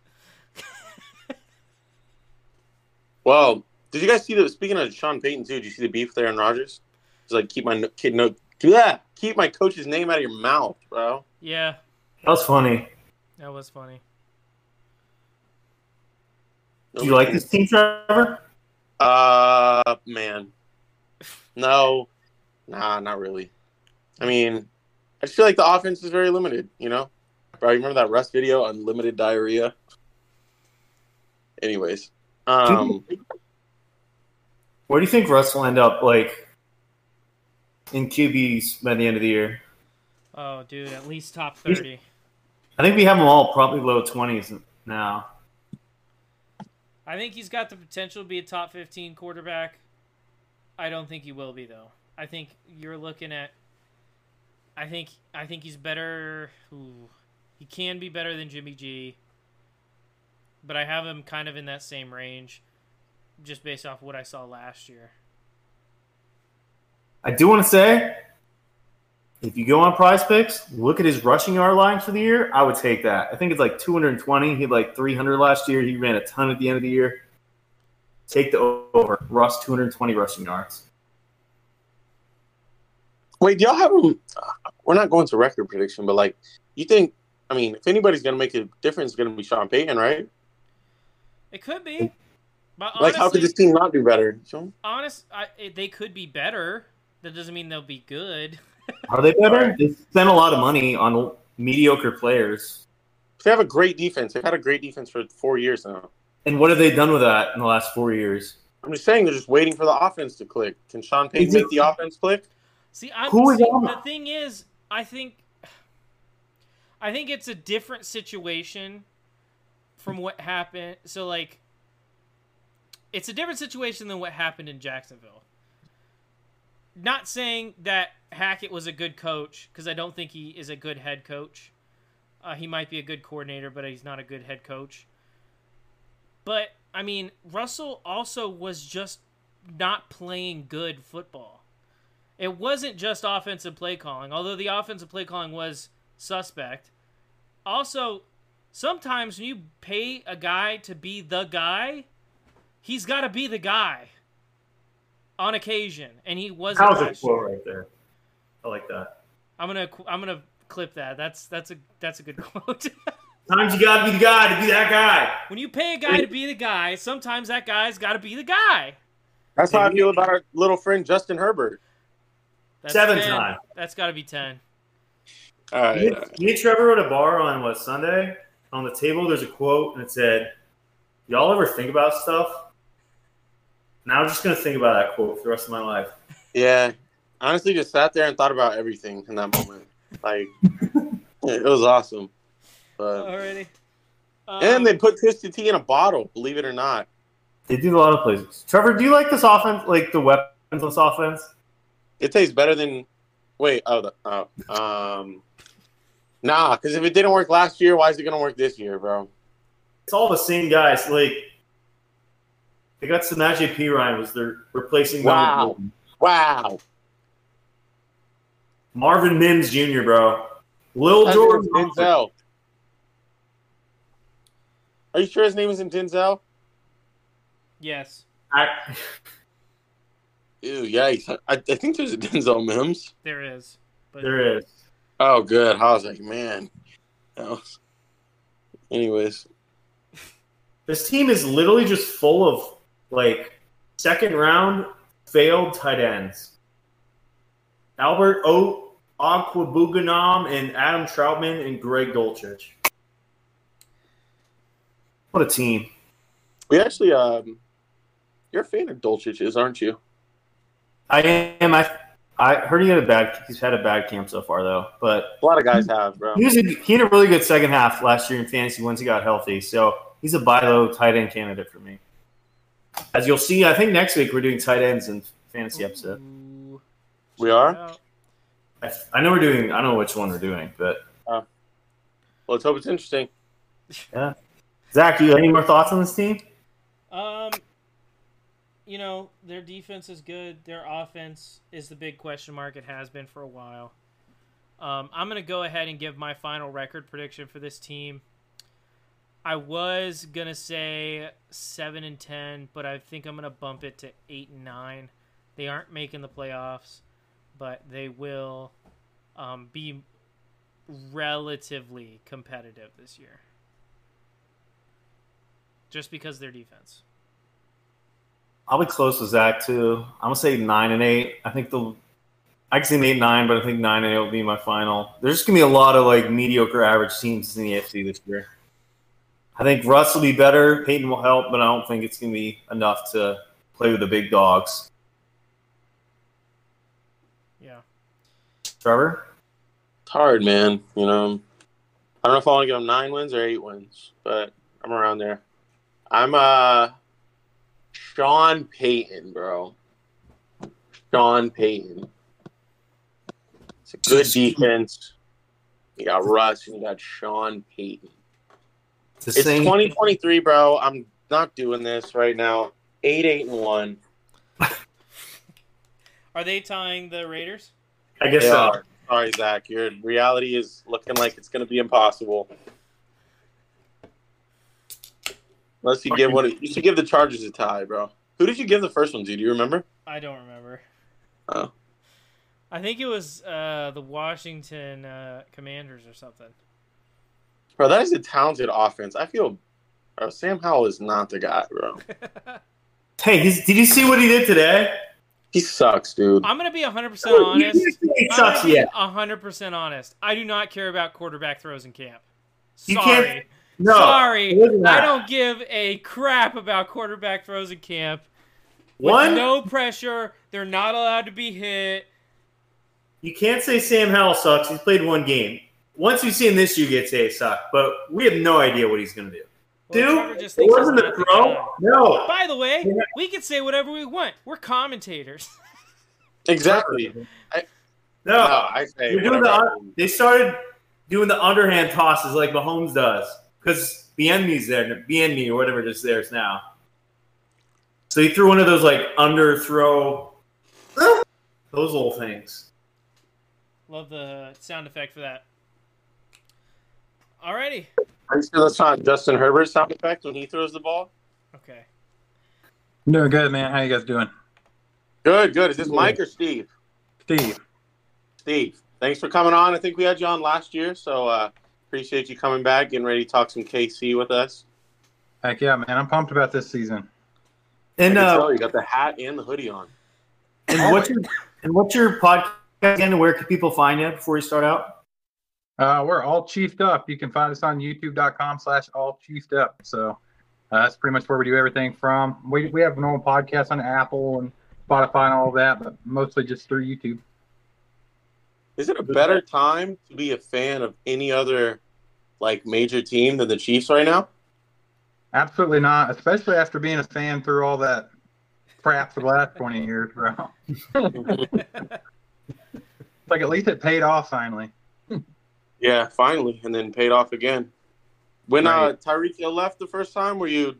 Well, did you guys see the speaking of Sean Payton too? Did you see the beef with Aaron Rodgers? He's like, keep my no- kid no do that. Keep my coach's name out of your mouth, bro. Yeah, That was funny. that was funny. Do you like this team, Trevor? Uh, man. No, nah, not really. I mean, I just feel like the offense is very limited. You know, bro. You remember that Russ video, unlimited diarrhea. Anyways, um, Where do you think Russ will end up, like, in QBs by the end of the year? Oh, dude, at least top He's- thirty. I think we have them all probably low 20s now. I think he's got the potential to be a top 15 quarterback. I don't think he will be though. I think you're looking at I think I think he's better ooh, he can be better than Jimmy G. But I have him kind of in that same range just based off what I saw last year. I do want to say, if you go on Prize Picks, look at his rushing yard line for the year. I would take that. I think it's like 220. He had like 300 last year. He ran a ton at the end of the year. Take the over. Russ 220 rushing yards. Wait, do y'all have him? We're not going to record prediction, but like, you think? I mean, if anybody's going to make a difference, it's going to be Sean Payton, right? It could be. But like, how could honestly- this team not do better? Sean? honest, I, it- they could be better. That doesn't mean they'll be good. Are they better? They spent a lot of money on mediocre players. They have a great defense. They've had a great defense for four years now. And what have they done with that in the last four years? I'm just saying they're just waiting for the offense to click. Can Sean Payton make the offense click? See, I'm, Who is see, on the that? thing is, I think, I think it's a different situation from what happened. So like, it's a different situation than what happened in Jacksonville. Not saying that Hackett was a good coach because I don't think he is a good head coach. Uh, he might be a good coordinator, but he's not a good head coach. But I mean, Russell also was just not playing good football it wasn't just offensive play calling, although the offensive play calling was suspect. Also, sometimes when you pay a guy to be the guy, he's got to be the guy on occasion, and he wasn't. How's it last year. quote right there? I like that. I'm gonna qu- I'm gonna clip that. That's that's a that's a good quote. Sometimes you gotta be the guy to be that guy. when you pay a guy to be the guy, sometimes that guy's got to be the guy. That's how I feel about our little friend Justin Herbert. That's Seven 10. time. That's got to be ten. All right. Me, me and Trevor were at a bar on what Sunday. On the table, there's a quote, and it said, "Y'all ever think about stuff?" Now I'm just gonna think about that quote for the rest of my life. Yeah. Honestly, just sat there and thought about everything in that moment. Like, it was awesome. But, Already. and Um, they put Twisted Tea in a bottle, believe it or not. They do a lot of plays. Trevor, do you like this offense? Like the weaponsless offense? It tastes better than. Wait, oh, the, oh um, nah, because if it didn't work last year, why is it going to work this year, bro? It's all the same guys. Like they got Samaje P. Ryan was their replacing. them with Wow. Bolton. Wow. Marvin Mims Jr. Bro, Lil That's Jordan. Denzel. Are you sure his name isn't Denzel? yes. I- Ew, yikes. I, I think there's a Denzel Mims. There is. But there is. Oh, good. I was like, man. That was- Anyways, This team is literally just full of like second round failed tight ends. Albert O. Aquabuganam and Adam Troutman and Greg Dolchich. What a team. we actually, um, you're a fan of Dolchich's, aren't you? I am. I I heard he had a bad. He's had a bad camp so far though, but A lot of guys have, bro. he was a, he had a really good second half last year in fantasy once he got healthy. So he's a buy low tight end candidate for me. As you'll see, I think next week we're doing tight ends in fantasy episode. Ooh, We are? shout out. I, I know we're doing. I don't know which one we're doing, but Well, let's hope it's interesting. Zach, you have any more thoughts on this team? Um, you know, their defense is good. Their offense is the big question mark. It has been for a while. Um, I'm going to go ahead and give my final record prediction for this team. I was going to say 7 and 10, but I think I'm going to bump it to 8 and 9. They aren't making the playoffs, but they will um, be relatively competitive this year just because of their defense. I'll be close with Zach too. I'm gonna say nine and eight. I think the I can say eight nine, but I think nine and eight will be my final. There's just gonna be a lot of like mediocre average teams in the AFC this year. I think Russ will be better. Peyton will help, but I don't think it's gonna be enough to play with the big dogs. Yeah. Trevor, It's hard, man. You know, I don't know if I want to give them nine wins or eight wins, but I'm around there. I'm uh Sean Payton, bro. Sean Payton. It's a good defense. You got Russ and you got Sean Payton. The It's same. 2023, bro. I'm not doing this right now. Eight, eight, and one. Are they tying the Raiders? I guess uh, They so. are. Sorry, Zach. Your reality is looking like it's going to be impossible. Unless you give one, you should give the Chargers a tie, bro. Who did you give the first one to? Do you remember? I don't remember. Oh. I think it was uh, the Washington uh, Commanders or something. Bro, that is a talented offense. I feel, bro, Sam Howell is not the guy, bro. Hey, he's, did you see what he did today? He sucks, dude. I'm gonna be 100 percent Oh, you honest. didn't say He sucks yet. 100 percent honest. I do not care about quarterback throws in camp. Sorry. You can't- No. Sorry, look at that. I don't give a crap about quarterback throws in camp. With One, no pressure. They're not allowed to be hit. you can't say Sam Howell sucks. He's played one game. Once you see him this year get say suck, but we have no idea what he's going to do. Well, Trevor Dude, it just thinks he's wasn't a not the guy. throw. No. By the way, we can say whatever we want. We're commentators. Exactly. No, No. I say You're doing whatever. They started doing the underhand tosses like Mahomes does because Bienme's there, Bienme or whatever it is theirs now. So he threw one of those like under throw, those little things. Love the sound effect for that. Alrighty. Are you sure that's not Justin Herbert's sound effect when he throws the ball? Okay. Doing good, man. How you guys doing? Good, good. Is this Mike or Steve? Steve. Steve, thanks for coming on. I think we had you on last year, so uh, appreciate you coming back, getting ready to talk some KC with us. Heck yeah, man. I'm pumped about this season. And I can uh, tell you got the hat and the hoodie on. and what's your and what's your podcast again? Where can people find you before we start out? Uh, we're all chiefed up. You can find us on youtube.com slash all chiefed up. So uh, that's pretty much where we do everything from. We, we have normal podcasts on Apple and Spotify and all that, but mostly just through YouTube. Is it a better time to be a fan of any other like major team than the Chiefs right now? Absolutely not, especially after being a fan through all that crap for the last 20 years, bro. it's like at least it paid off finally. Yeah, finally, and then paid off again. When uh, Right. Tyreek Hill left the first time, were you,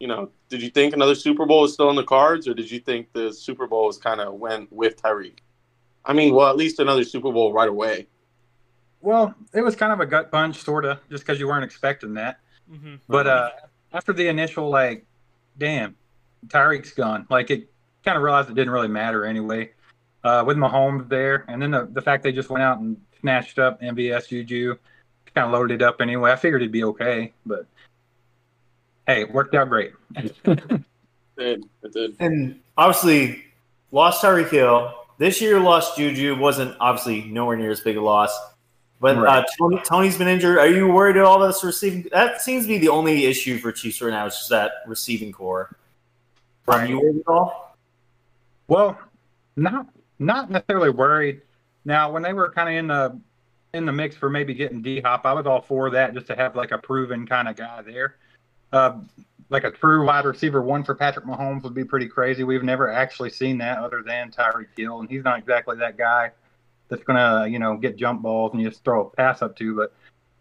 you know, did you think another Super Bowl was still in the cards, or did you think the Super Bowl was kind of went with Tyreek? I mean, well, at least another Super Bowl right away. Well, it was kind of a gut punch, sort of, just because you weren't expecting that. Mm-hmm. But uh, after the initial like, damn, Tyreek's gone. Like it kind of realized it didn't really matter anyway. Uh, with Mahomes there, and then the, the fact they just went out and snatched up MVS Juju, kind of loaded it up anyway. I figured it'd be okay, but hey, it worked out great. It did. It did. And obviously, lost Tyreek Hill this year. Lost Juju wasn't obviously nowhere near as big a loss. But uh, Right. Tony, Tony's been injured. Are you worried at all about this receiving? That seems to be the only issue for Chiefs right now. It's just that receiving core. Are Right. you worried at all? Well, not not necessarily worried. Now, when they were kind of in the in the mix for maybe getting D Hop, I was all for that just to have like a proven kind of guy there. Uh, like a true wide receiver one for Patrick Mahomes would be pretty crazy. We've never actually seen that other than Tyreek Hill, and he's not exactly that guy that's gonna you know get jump balls and you just throw a pass up to. But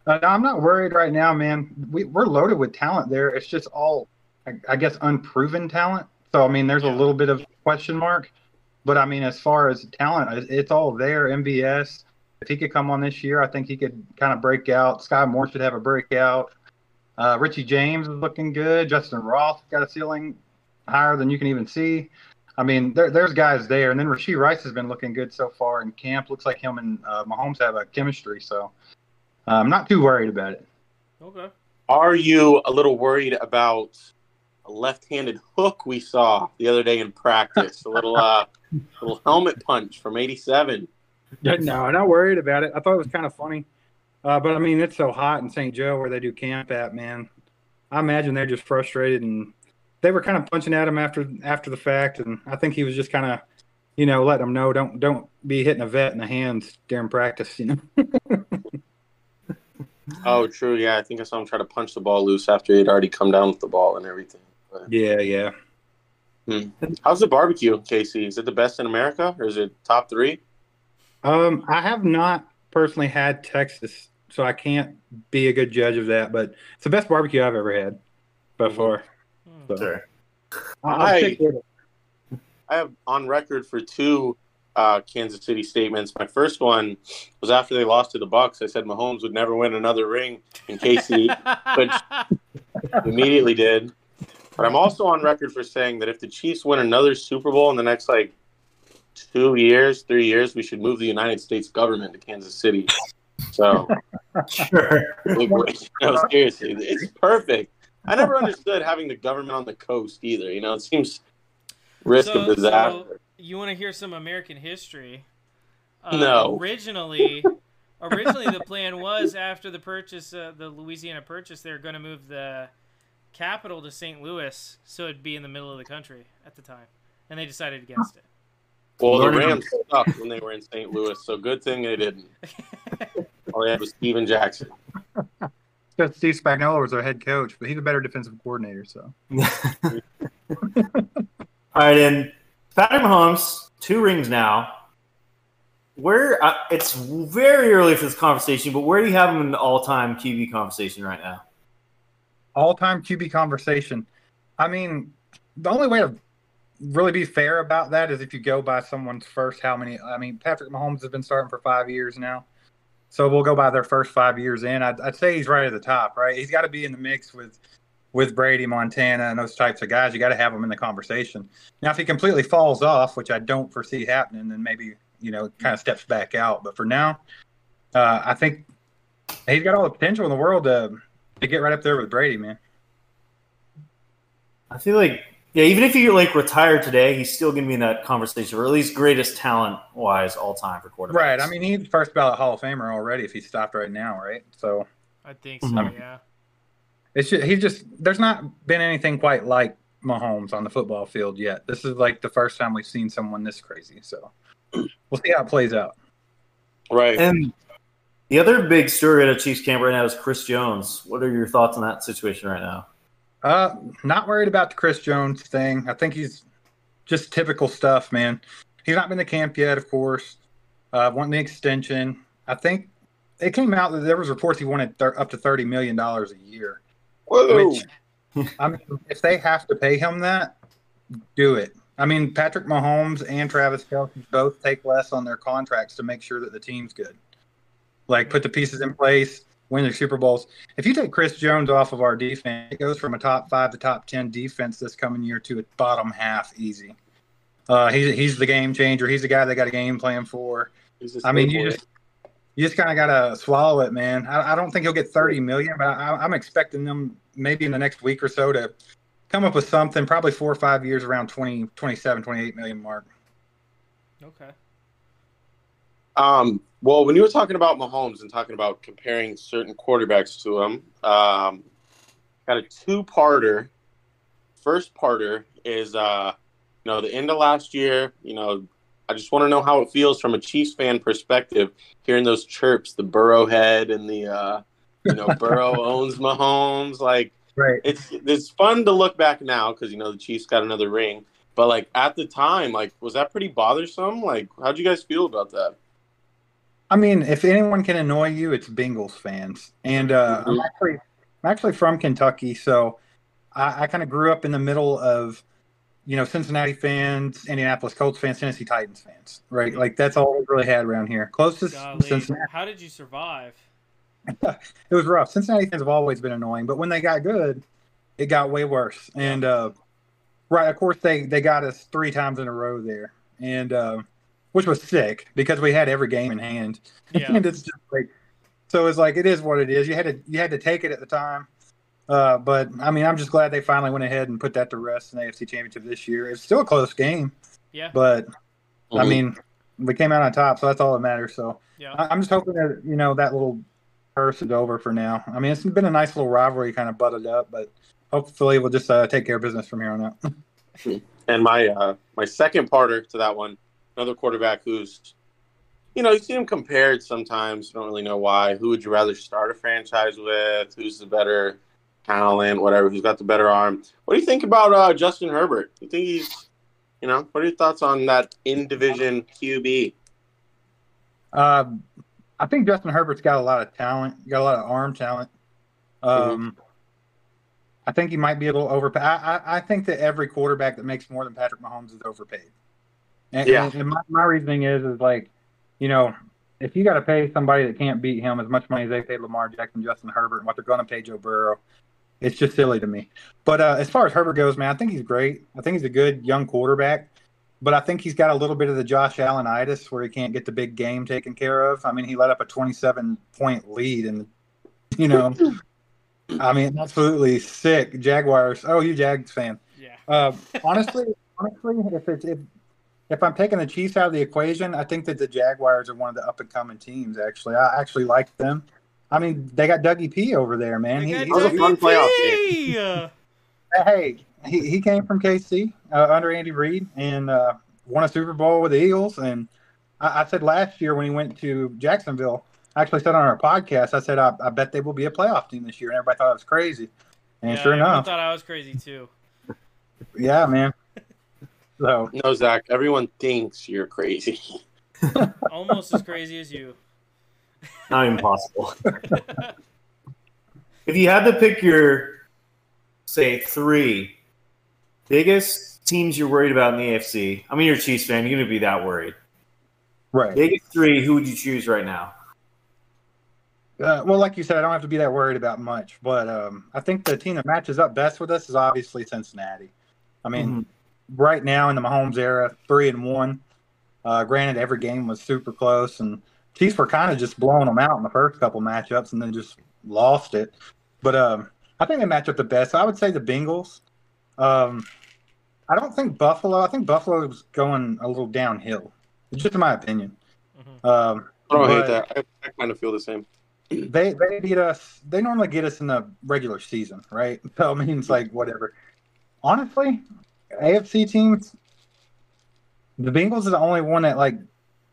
uh, no, I'm not worried right now, man. We, we're loaded with talent there. It's just all I, I guess unproven talent. So I mean, there's a little bit of question mark, but I mean, as far as talent, it- it's all there. MBS, if he could come on this year, I think he could kind of break out. Sky Moore should have a breakout. Uh, Richie James is looking good. Justin Roth got a ceiling higher than you can even see. I mean, there, there's guys there, and then Rasheed Rice has been looking good so far in camp. Looks like him and uh, Mahomes have a chemistry, so uh, I'm not too worried about it. Okay. Are you a little worried about a left-handed hook we saw the other day in practice? a little, uh, little helmet punch from '87. Yeah, no, I'm not worried about it. I thought it was kind of funny. Uh, but I mean, it's so hot in St. Joe where they do camp at, man. I imagine they're just frustrated and they were kind of punching at him after after the fact. And I think he was just kind of, you know, letting them know don't don't be hitting a vet in the hands during practice, you know. Oh, true. Yeah, I think I saw him try to punch the ball loose after he'd already come down with the ball and everything. But- Yeah, yeah. How's the barbecue, Casey? Is it the best in America, or is it top three? Um, I have not personally had Texas, so I can't be a good judge of that. But it's the best barbecue I've ever had by far. Hmm. So Sure. I'll- I'll stick with it. I have on record for two uh, Kansas City statements. My first one was after they lost to the Bucks. I said Mahomes would never win another ring, and Casey immediately did. But I'm also on record for saying that if the Chiefs win another Super Bowl in the next like two years, three years, we should move the United States government to Kansas City. So, Sure. like, no, seriously, it's perfect. I never understood having the government on the coast either. You know, it seems risk So- so- of disaster. you want to hear some American history? Uh, No. Originally, originally the plan was after the purchase, uh, the Louisiana purchase, they were going to move the capital to St. Louis, so it'd be in the middle of the country at the time, and they decided against it. Well, the Learning. Rams sucked when they were in St. Louis, so good thing they didn't. All they had was Steven Jackson. Because Steve Spagnuolo was our head coach, but he's a better defensive coordinator. So All right, and Patrick Mahomes, two rings now. Where uh, it's very early for this conversation, but where do you have him in the all-time QB conversation right now? all-time QB conversation. I mean, the only way to really be fair about that is if you go by someone's first how many. I mean, Patrick Mahomes has been starting for five years now, so we'll go by their first five years in. I'd, I'd say he's right at the top, right? He's got to be in the mix with with Brady, Montana, and those types of guys. You got to have him in the conversation. Now, if he completely falls off, which I don't foresee happening, then maybe you know kind of steps back out. But for now, uh, I think he's got all the potential in the world to to get right up there with Brady, man. I feel like yeah, even if he like retired today, he's still going to be in that conversation, or at least greatest talent-wise all-time for quarterbacks. Right. I mean, he's first ballot Hall of Famer already if he stopped right now, right? So I think so. Mhm. Yeah. it's just, he's just, there's not been anything quite like Mahomes on the football field yet. This is like the first time we've seen someone this crazy. So we'll see how it plays out. Right. and the other big story at a Chiefs camp right now is Chris Jones. What are your thoughts on that situation right now? Uh, not worried about the Chris Jones thing. I think he's just typical stuff, man. He's not been to camp yet, of course. Uh, wanting the extension. I think it came out that there was reports he wanted thir- up to thirty million dollars a year. Whoa. Which, I mean, if they have to pay him that, do it. I mean, Patrick Mahomes and Travis Kelsey both take less on their contracts to make sure that the team's good. Like, put the pieces in place, win their Super Bowls. If you take Chris Jones off of our defense, it goes from a top five to top 10 defense this coming year to a bottom half easy. Uh, he's, he's the game changer. He's the guy they got a game plan for. He's a I mean, staple. you just you just kind of gotta swallow it, man. I, I don't think he'll get thirty million, but I, I'm expecting them maybe in the next week or so to come up with something. Probably four or five years around 20, 27, 28 million mark. Okay. Um, well, when you were talking about Mahomes and talking about comparing certain quarterbacks to him, um, got a two-parter. First parter is, uh, you know, the end of last year. You know, I just want to know how it feels from a Chiefs fan perspective, hearing those chirps, the Burrow head and the, uh, you know, Burrow owns Mahomes. Like Right. it's it's fun to look back now because you know the Chiefs got another ring. But like at the time, like was that pretty bothersome? Like, how'd you guys feel about that? I mean, if anyone can annoy you, it's Bengals fans. And uh, I'm actually I'm actually from Kentucky, so I, I kind of grew up in the middle of you know Cincinnati fans, Indianapolis Colts fans, Tennessee Titans fans. Right. Like that's all we really had around here. Closest Golly, Cincinnati. how did you survive? it was rough. Cincinnati fans have always been annoying, but when they got good, it got way worse. And uh, right, of course, they they got us three times in a row there, and uh, which was sick because we had every game in hand. Yeah. And it's just like, so it's like it is what it is. You had to you had to take it at the time. Uh, but I mean, I'm just glad they finally went ahead and put that to rest in the AFC Championship this year. It's still a close game, Yeah. but I mean, we came out on top, so that's all that matters. So Yeah. I- I'm just hoping that you know that little curse is over for now. I mean, it's been a nice little rivalry, kind of butted up, but hopefully we'll just uh, take care of business from here on out. And my uh, my second parter to that one, another quarterback who's you know, you see them compared sometimes. Don't really know why. Who would you rather start a franchise with? Who's the better talent? Whatever. Who's got the better arm? What do you think about uh, Justin Herbert? You think he's, you know, what are your thoughts on that in division QB? Uh, I think Justin Herbert's got a lot of talent, got a lot of arm talent. Um, I think he might be a little overpaid. I, I, I think that every quarterback that makes more than Patrick Mahomes is overpaid. And, Yeah. and, and my, my reasoning is is like, you know, if you got to pay somebody that can't beat him as much money as they paid Lamar Jackson, Justin Herbert, and what they're going to pay Joe Burrow, it's just silly to me. But uh, as far as Herbert goes, man, I think he's great. I think he's a good young quarterback. But I think he's got a little bit of the Josh Allenitis where he can't get the big game taken care of. I mean, he let up a 27 point lead, and you know, I mean, absolutely sick. Jaguars. Oh, you Jags fan. Yeah. Uh, honestly, honestly, if it's if, if I'm taking the Chiefs out of the equation, I think that the Jaguars are one of the up and coming teams. Actually, I actually like them. I mean, they got Dougie P over there, man. He, They he- That was got a fun WP! playoff hey, he, he came from KC uh, under Andy Reid and uh, won a Super Bowl with the Eagles. And I, I said last year when he went to Jacksonville, I actually said on our podcast, I said I, I bet they will be a playoff team this year, and everybody thought I was crazy. And Yeah, sure everyone enough, thought I was crazy too. yeah, man. So No, Zach. Everyone thinks you're crazy. Almost as crazy as you. Not even possible. if you had to pick your, say, three biggest teams you're worried about in the AFC, I mean, you're a Chiefs fan, you're going to be that worried. right. Biggest three, who would you choose right now? Uh, well, like you said, I don't have to be that worried about much, but um, I think the team that matches up best with us is obviously Cincinnati. I mean, right now in the Mahomes era, three and one. Uh, granted, every game was super close, and Chiefs were kind of just blowing them out in the first couple matchups, and then just lost it. But um, I think they match up the best. I would say the Bengals. Um, I don't think Buffalo. I think Buffalo's going a little downhill, just in my opinion. Mhm. Um, I don't Right. hate that. I, I kind of feel the same. they they beat us. They normally get us in the regular season, right? So I mean, it's like whatever. Honestly, AFC teams, the Bengals are the only one that like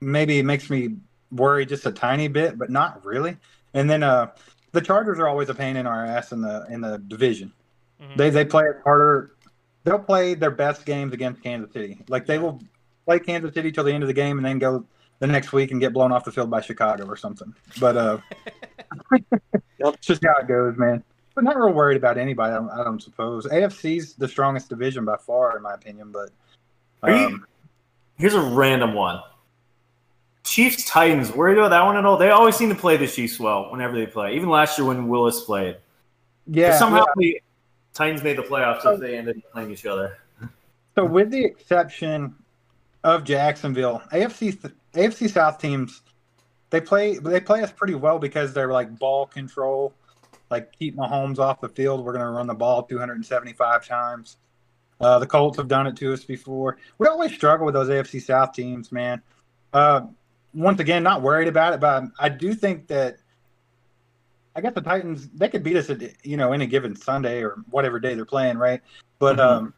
maybe makes me worry just a tiny bit, but not really. And then uh, the Chargers are always a pain in our ass in the in the division. Mhm. They they play it harder. They'll play their best games against Kansas City. Like they will play Kansas City till the end of the game, and then go the next week and get blown off the field by Chicago or something. But uh, it's just how it goes, man. But not real worried about anybody. I don't, I don't suppose AFC's the strongest division by far, in my opinion. But Are you- um, Here's a random one. Chiefs Titans. Worried about that one at all? They always seem to play the Chiefs well whenever they play. Even last year when Willis played, yeah, somehow the Titans made the playoffs if they ended up playing each other. So, with the exception of Jacksonville, AFC th- AFC South teams they play they play us pretty well because they're like ball control, like keep Mahomes off the field. We're going to run the ball 275 times. Uh, the Colts have done it to us before. We always struggle with those AFC South teams, man. Uh, once again, not worried about it, but I do think that I guess the Titans they could beat us at you know any given Sunday or whatever day they're playing, right? But Mhm. um,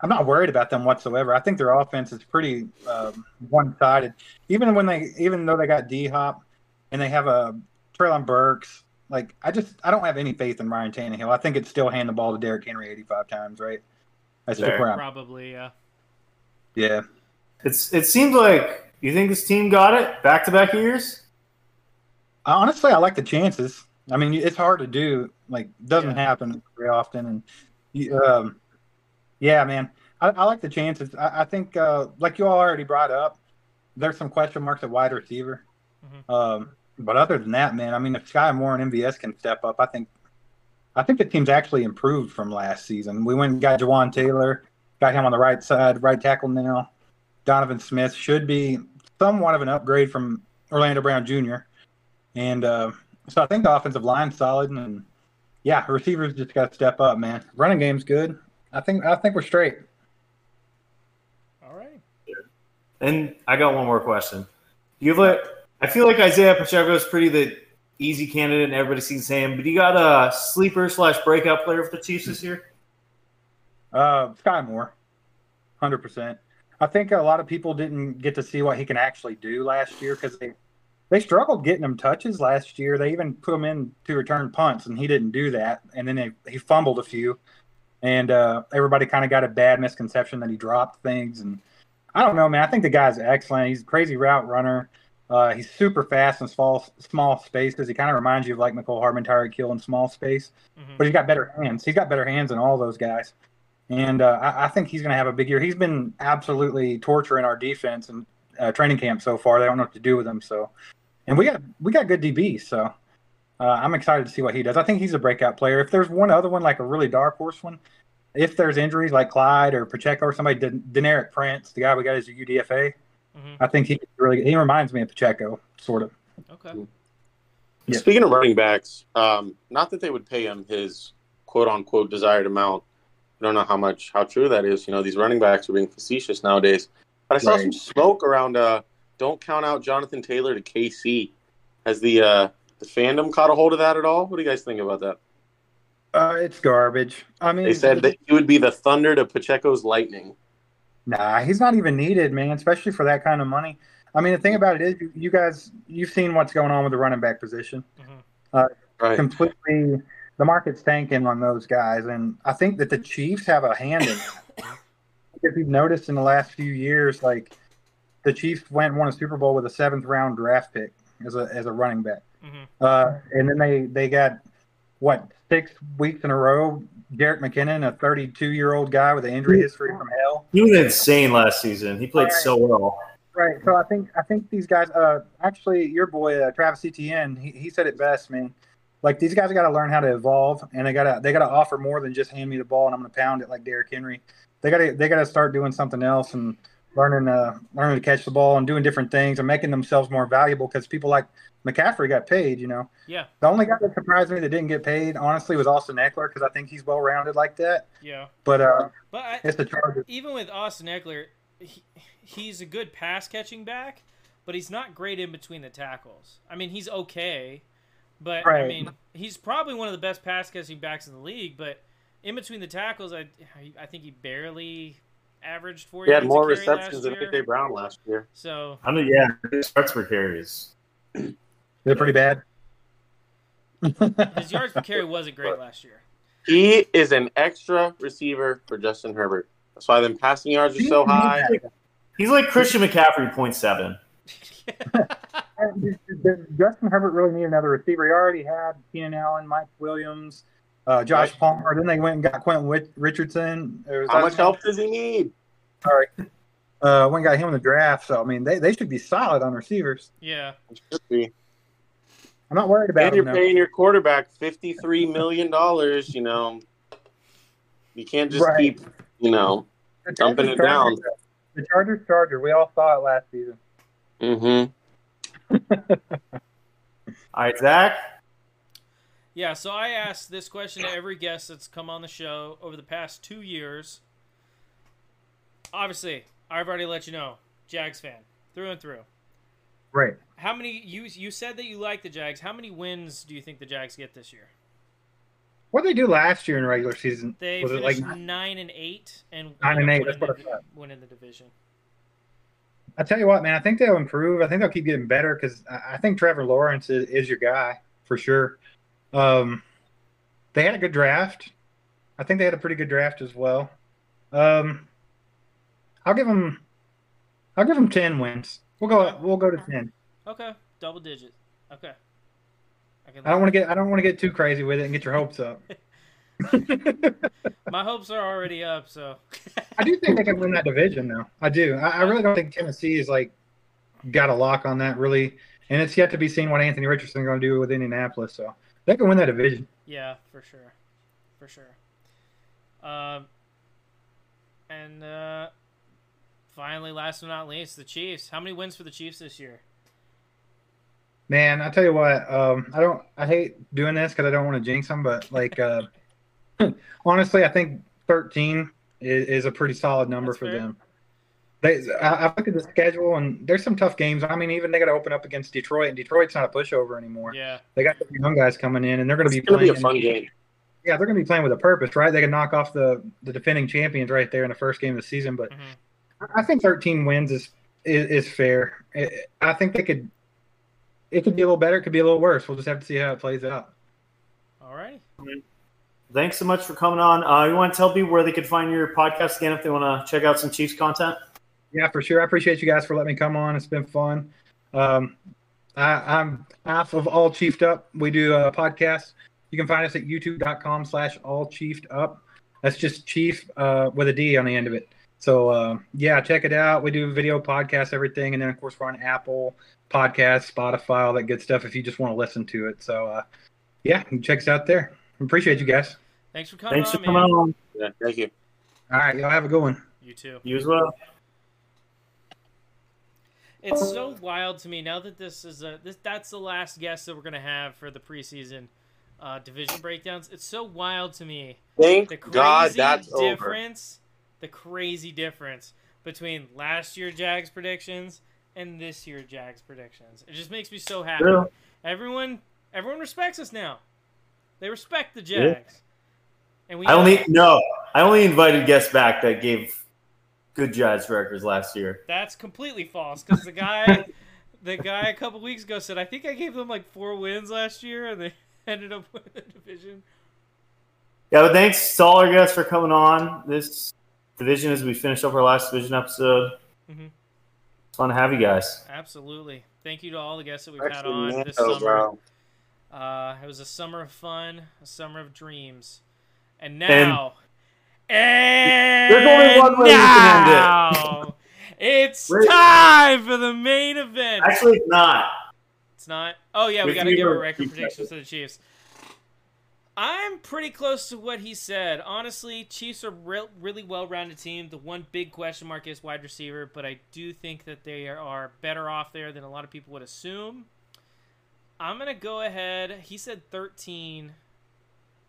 I'm not worried about them whatsoever. I think their offense is pretty um, one-sided. Even when they, even though they got D Hop, and they have a Traylon Burks, like I just I don't have any faith in Ryan Tannehill. I think it's still hand the ball to Derrick Henry 85 times, right? That's just Fair. where I'm. Probably, yeah. Yeah, It's it seems like you think this team got it back to back years. I, honestly, I like the chances. I mean, it's hard to do. Like, doesn't Yeah. happen very often. And you- um, yeah, man, I, I like the chances. I, I think, uh, like you all already brought up, there's some question marks at wide receiver. Mhm. Um, but other than that, man, I mean, if Sky Moore and MVS can step up, I think, I think the team's actually improved from last season. We went and got Jawan Taylor, got him on the right side, right tackle now. Donovan Smith should be somewhat of an upgrade from Orlando Brown Jr. And uh, so I think the offensive line's solid, and yeah, receivers just got to step up, man. Running game's good. I think I think we're straight. All right. And I got one more question. You have like I feel like Isaiah Pacheco is pretty the easy candidate, and everybody sees the same. But you got a sleeper slash breakout player for the Chiefs this year. Uh, Sky Moore, hundred percent. I think a lot of people didn't get to see what he can actually do last year because they they struggled getting him touches last year. They even put him in to return punts, and he didn't do that. And then they, he fumbled a few, and uh, everybody kind of got a bad misconception that he dropped things. And I don't know, man. I think the guy's excellent. He's a crazy route runner. Uh, he's super fast in small small spaces. He kind of reminds you of like Nicole Hardman, Tyreek Hill in small space, Mhm. but he's got better hands. He's got better hands than all those guys. And uh, I, I think he's going to have a big year. He's been absolutely torturing our defense and uh, training camp so far. They don't know what to do with him. So, and we got we got good DB. So uh, I'm excited to see what he does. I think he's a breakout player. If there's one other one, like a really dark horse one, if there's injuries like Clyde or Pacheco or somebody, Den- Deneric Prince, the guy we got as a UDFA, Mhm. I think he could really he reminds me of Pacheco, sort of. Okay. Yeah. Speaking of running backs, um, not that they would pay him his quote unquote desired amount. I don't know how much how true that is. You know, these running backs are being facetious nowadays. But I saw Right. some smoke around uh don't count out Jonathan Taylor to KC. Has the uh the fandom caught a hold of that at all? What do you guys think about that? Uh, it's garbage. I mean, They said that he would be the thunder to Pacheco's lightning. Nah, he's not even needed, man, especially for that kind of money. I mean, the thing about it is, you- you guys, you've seen what's going on with the running back position. Mhm. Right. Completely, the market's tanking on those guys, and I think that the Chiefs have a hand in it. if you've noticed in the last few years, like the Chiefs went and won a Super Bowl with a seventh round draft pick as a as a running back. Mhm. Uh, and then they they got what six weeks in a row. Derek McKinnon, a 32 year old guy with an injury history from hell. He was insane last season. He played All right. so well. Right. So I think I think these guys. Uh, actually, your boy uh, Travis Etienne, he, he said it best, man. Like these guys got to learn how to evolve, and they got to they got to offer more than just hand me the ball and I'm going to pound it like Derrick Henry. They got to they got to start doing something else and learning uh learning to catch the ball and doing different things and making themselves more valuable because people like McCaffrey got paid, you know. Yeah. The only guy that surprised me that didn't get paid, honestly, was Austin Eckler because I think he's well rounded like that. Yeah. But uh, But I, it's the Chargers. even with Austin Eckler, he, he's a good pass catching back, but he's not great in between the tackles. I mean, he's okay, but I Right. mean, he's probably one of the best pass catching backs in the league. But in between the tackles, I I think he barely averaged four. He had yards a more carry last receptions than year. AJ Brown last year. So I mean, yeah, it starts for carries. They're pretty bad. his yards per carry wasn't great last year. He is an extra receiver for Justin Herbert. That's why them passing yards are so high. He's like Christian McCaffrey, 0.7. Does Justin Herbert really need another receiver? He already had Keenan Allen, Mike Williams, uh, Josh Right. Palmer. Then they went and got Quentin Whit- Richardson. Or was How that- much help does he need? Sorry. Uh, went and got him in the draft. So, I mean, they, they should be solid on receivers. yeah, Should be. I'm not worried about And them. you're though. paying your quarterback fifty-three million dollars. You know, you can't just Right. keep. You know, The Chargers dumping it Charger- down. The Chargers Charger. We all saw it last season. mm-hmm. All right, Zach. yeah. So I asked this question to every guest that's come on the show over the past two years. Obviously, I've already let you know, Jags fan through and through. Right. How many you you said that you like the Jags? How many wins do you think the Jags get this year? What did they do last year in regular season? They was it like finished nine and eight and Nine and eight, winning that's what I the- thought. winning the division. I tell you what, man, I think they'll improve. I think they'll keep getting better because I I think Trevor Lawrence is, is your guy for sure. Um, they had a good draft. I think they had a pretty good draft as well. Um, I'll give them. I'll give them ten wins. We'll go. We'll go to ten. Okay, double digit. Okay. I can I don't want to get. I don't want to get too crazy with it and get your hopes up. My hopes are already up, so I do think they can win that division, though. I do. I, I really don't think Tennessee is like got a lock on that really, and it's yet to be seen what Anthony Richardson going to do with Indianapolis. So they can win that division. yeah, for sure, for sure. Um, and uh, finally, last but not least, the Chiefs. How many wins for the Chiefs this year? Man, I tell you what, um, I don't. I hate doing this because I don't want to jinx them, but like, uh, honestly, I think thirteen is, is a pretty solid number That's for fair. them. They, I, I've looked at the schedule, and there's some tough games. I mean, even they got to open up against Detroit, and Detroit's not a pushover anymore. Yeah, They got some young guys coming in, and they're going to It's be gonna be playing. a fun game. Yeah, they're going to be playing with a purpose, right? They can knock off the the defending champions right there in the first game of the season. But Mhm. I I think 13 wins is is, is fair. It, I think they could. It could be a little better. It could be a little worse. We'll just have to see how it plays out. All right. Thanks so much for coming on. Uh, you want to tell people where they could find your podcast again if they want to check out some Chiefs content? Yeah, for sure. I appreciate you guys for letting me come on. It's been fun. Um, I, I'm half of All Chiefed Up. We do a podcast. You can find us at youtube.com slash all chiefed up. That's just chief uh, with a D on the end of it. So uh, yeah, check it out. We do video podcasts, everything, and then of course we're on Apple Podcasts, Spotify, all that good stuff. If you just want to listen to it, so uh, yeah, you can check us out there. Appreciate you guys. Thanks for coming Thanks for on, coming man. on. Yeah, thank you. All right, y'all have a good one. You too. You as well. It's so wild to me now that this is a this that's the last guest that we're gonna have for the preseason uh, division breakdowns. It's so wild to me the Thank crazy God that's over. difference, the crazy difference between last year Jags predictions and this year Jags predictions. It just makes me so happy. Yeah. Everyone, everyone respects us now. They respect the Yeah. Jags, and we I only no. I only invited guests back that gave good jazz records last year. That's completely false because the guy, the guy a couple weeks ago said, I think I gave them like four wins last year, and they ended up winning the division. Yeah, but thanks to all our guests for coming on this division as we finish up our last division episode. Mhm. It's fun to have you guys. Absolutely. Thank you to all the guests that we've had Actually, on man, this though, summer. bro. Uh, it was a summer of fun, a summer of dreams, and now, and, There's only one way we can end it. now it's Wait. time for the main event. Actually, it's not. It's not. Oh yeah, we We got to can give go a record Chiefs predictions to the Chiefs. I'm pretty close to what he said. Honestly, Chiefs are real really well-rounded team. The one big question mark is wide receiver, but I do think that they are better off there than a lot of people would assume. I'm gonna go ahead. He said 13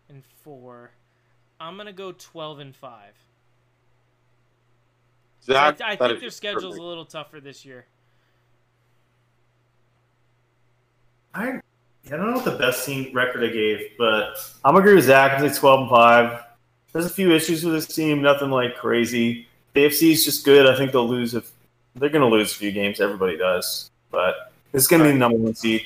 and four. I'm gonna go 12 and five. I, Zach, I that think is their schedule's a perfect. little tougher this year. I I don't know what the best team record I gave, but I'm agree with Zach. I say 12 and five. There's a few issues with this team. Nothing like crazy. The AFC is just good. I think they'll lose if they're going to lose a few games. Everybody does, but it's going to be the number one seed.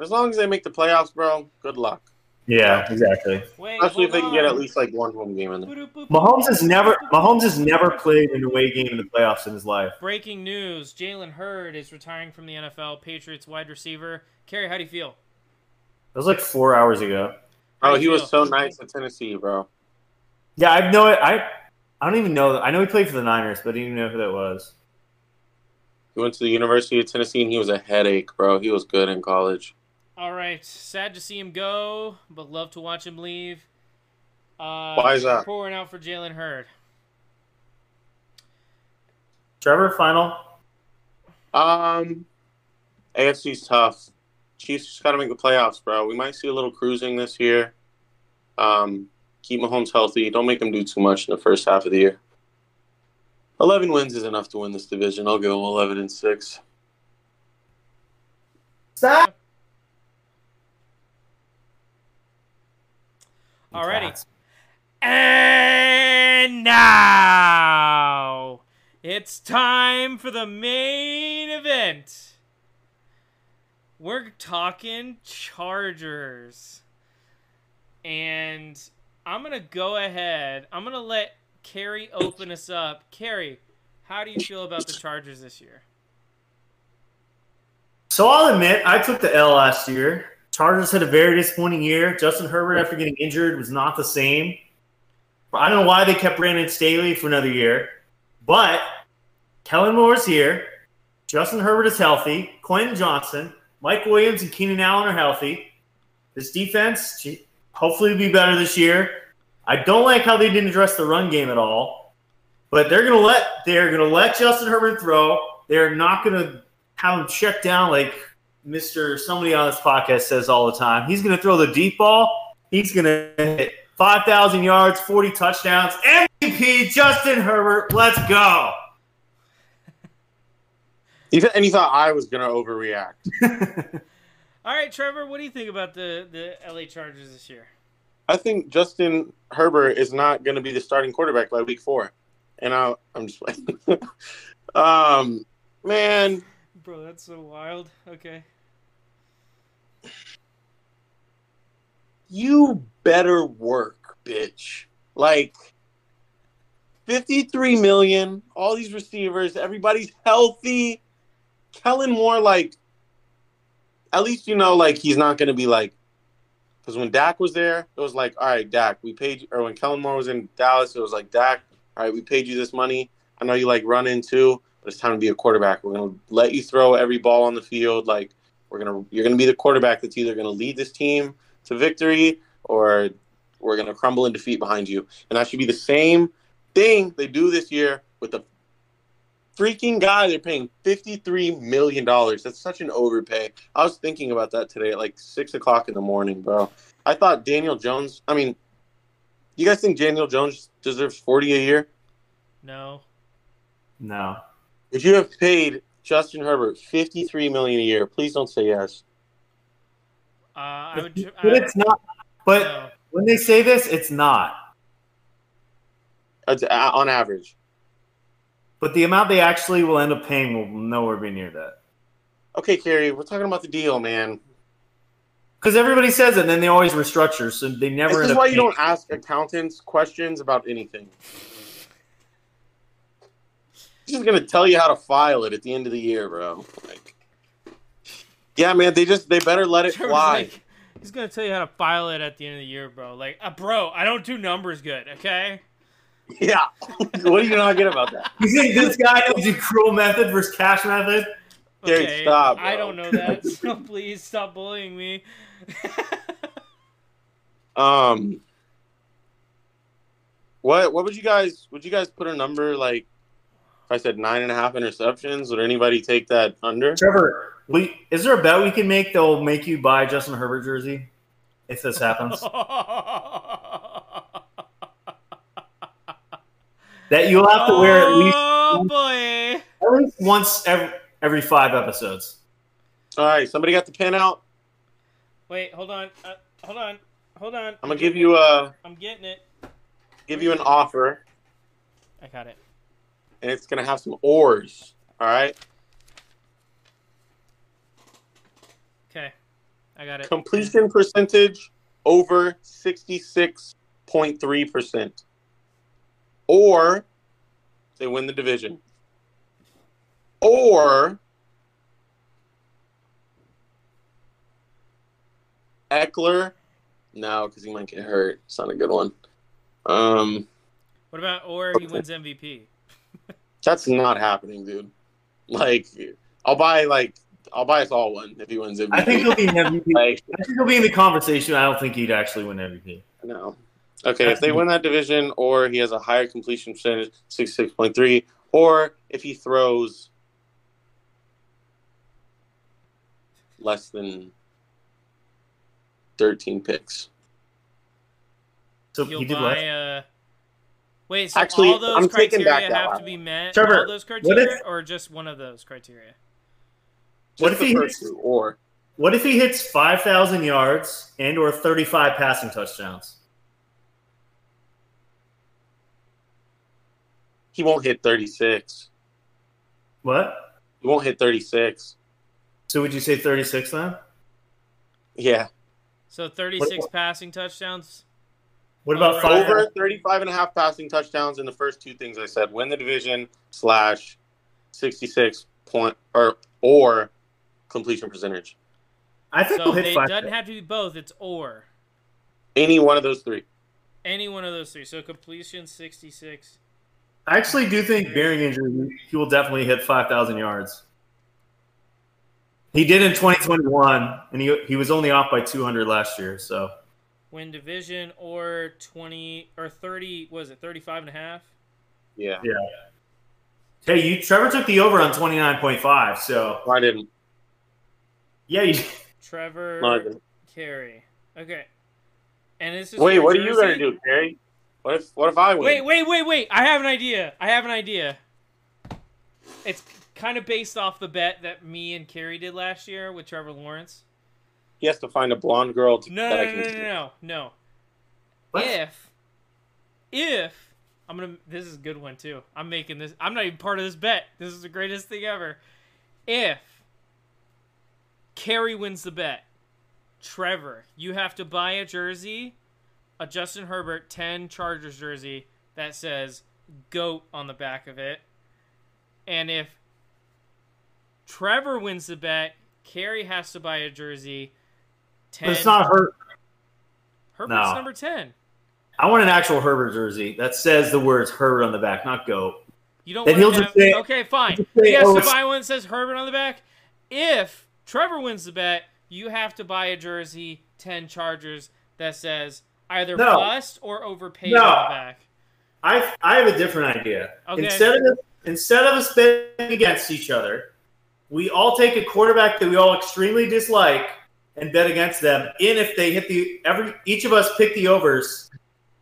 As long as they make the playoffs, bro, good luck. Yeah, exactly. Wait, Especially if hold they can get at on. least like one home game in there. Boop, boop, boop, Mahomes has boop, never boop, boop, Mahomes has boop, never boop, played boop, an boop, away boop. game in the playoffs in his life. Breaking news: Jalen Hurd is retiring from the NFL. Patriots wide receiver. Kerry, how do you feel? That was like four hours ago. How Oh, do he you was so feel? nice at Tennessee, bro. Yeah, I know it. I I don't even know. I know he played for the Niners, but I didn't even know who that was. He went to the University of Tennessee, and he was a headache, bro. He was good in college. All right, sad to see him go, but love to watch him leave. Uh, Why is that? Pouring out for Jalen Hurd. Trevor, final. Um, AFC's tough. Chiefs just got to make the playoffs, bro. We might see a little cruising this year. Um, keep Mahomes healthy. Don't make him do too much in the first half of the year. Eleven wins is enough to win this division. I'll go eleven and six. Stop. Alrighty. And now it's time for the main event. We're talking Chargers. And I'm going to go ahead. I'm going to let Carrie open us up. Carrie, how do you feel about the Chargers this year? So I'll admit, I took the L last year. Chargers had a very disappointing year. Justin Herbert, after getting injured, was not the same. But I don't know why they kept Brandon Staley for another year. But Kellen Moore's here. Justin Herbert is healthy. Quentin Johnson, Mike Williams, and Keenan Allen are healthy. This defense, gee, hopefully, will be better this year. I don't like how they didn't address the run game at all. But they're gonna let they're gonna let Justin Herbert throw. They're not gonna have him check down like Mr. Somebody on this podcast says all the time. He's going to throw the deep ball. He's going to hit 5,000 yards, 40 touchdowns. MVP Justin Herbert. Let's go. You th- and you thought I was gonna overreact. All right, Trevor, what do you think about the, the LA Chargers this year? I think Justin Herbert is not going to be the starting quarterback by week four. and I, I'm just playing. um, man, Bro, that's so wild. Okay. you better work, bitch. Like, 53 million, all these receivers, everybody's healthy. Kellen Moore, like, at least you know, like, he's not going to be like, because when Dak was there, it was like, all right, Dak, we paid you, or when Kellen Moore was in Dallas, it was like, Dak, all right, we paid you this money. I know you like run into, but it's time to be a quarterback. We're going to let you throw every ball on the field. Like, we're going to, you're going to be the quarterback that's either going to lead this team to victory or we're going to crumble in defeat behind you. And that should be the same thing they do this year with the freaking guy they're paying $53 million. That's such an overpay. I was thinking about that today at like 6 o'clock in the morning, bro. I thought Daniel Jones, I mean, you guys think Daniel Jones deserves 40 a year? No. No. If you have paid Justin Herbert 53 million a year, please don't say yes. Uh, I would. tr- But I- it's not. But no. when they say this, it's not. That's a- on average. But the amount they actually will end up paying will nowhere be near that. Okay, Kerry, we're talking about the deal, man. Because everybody says it, and then they always restructure, so they never. This end is up why you paying. don't ask accountants questions about anything. He's just gonna tell you how to file it at the end of the year, bro. Like, yeah, man, they just they better let it Trevor's fly. like, he's gonna tell you how to file it at the end of the year, bro. Like, uh, bro, I don't do numbers good. Okay. yeah, what do you not get about that? You think this guy knows the cruel method versus cash method? Dude, Okay. stop, I bro. don't know that. So please stop bullying me. Um, what what would you guys would you guys put a number like? If I said nine and a half interceptions, would anybody take that under? Trevor, we, is there a bet we can make that'll make you buy a Justin Herbert jersey if this happens? that you'll have to wear at least Oh boy. at least once every, every five episodes. All right, somebody got the pen out. Wait, hold on. Uh, hold on. Hold on. I'm gonna give you a I'm getting it. give you an offer. I got it. and it's gonna have some oars. All right, Okay. I got it. completion percentage over sixty-six point three percent, or they win the division, or Eckler. No, because he might get hurt. It's not a good one. Um, What about or he wins MVP? that's not happening, dude. Like, I'll buy like I'll buy us all one if he wins MVP. I think he'll be in MVP. like, I think he'll be in the conversation. I don't think he'd actually win MVP. No. Okay, if they win that division, or he has a higher completion percentage, six six point three, or if he throws less than thirteen picks. So You'll he did buy less. uh Wait, so Actually, all those I'm taking criteria back that have to one. be met? Trevor, all those if- criteria or just one of those criteria? Just What if the he first hits- two, or What if he hits five thousand yards and or thirty five passing touchdowns? he won't hit thirty six? What? He won't hit thirty six. So would you say thirty six then? Yeah, So 36 passing touchdowns. What about Over. five? over 35 and a half passing touchdowns in the first two things I said. Win the division slash sixty six point or or completion percentage. I think So he'll it hit five. doesn't have to be both, it's or. Any one of those three. Any one of those three. So completion 66. I actually do think bearing injury, he will definitely hit five thousand yards. He did in twenty twenty one, and he he was only off by two hundred last year. So Win division or 20 or 30, was it 35 and a half? Yeah. hey, you Trevor took the over on twenty nine point five. So I didn't. yeah, you, Trevor No, I didn't. Carey. Okay. And this is Wait, for what are you gonna Jersey? do, Gary? What if what if I win? Wait, wait, wait, wait. I have an idea. I have an idea. It's kind of based off the bet that me and Carrie did last year with Trevor Lawrence. He has to find a blonde girl to No, that no, I no, can no, no, no. no. What? If, if, I'm I'm gonna. This is a good one too. I'm making this. I'm not even part of this bet. This is the greatest thing ever. If Carrie wins the bet, Trevor, you have to buy a jersey, a Justin Herbert 10 Chargers jersey that says "Goat" on the back of it. And if Trevor wins the bet, Carrie has to buy a jersey. 10 It's not Her. Herbert's no. number 10. I want an actual Herbert jersey that says the words Herbert on the back, not goat. You don't Then want he'll to just have- say- okay, fine. just say, He has "Oh, to it's- buy one that says Herbert on the back. If Trevor wins the bet, you have to buy a jersey 10 Chargers that says either No. bust or overpaid No. on the back. I I have a different idea. Okay. Instead of instead of us betting against each other, we all take a quarterback that we all extremely dislike and bet against them. And if they hit the every each of us pick the overs,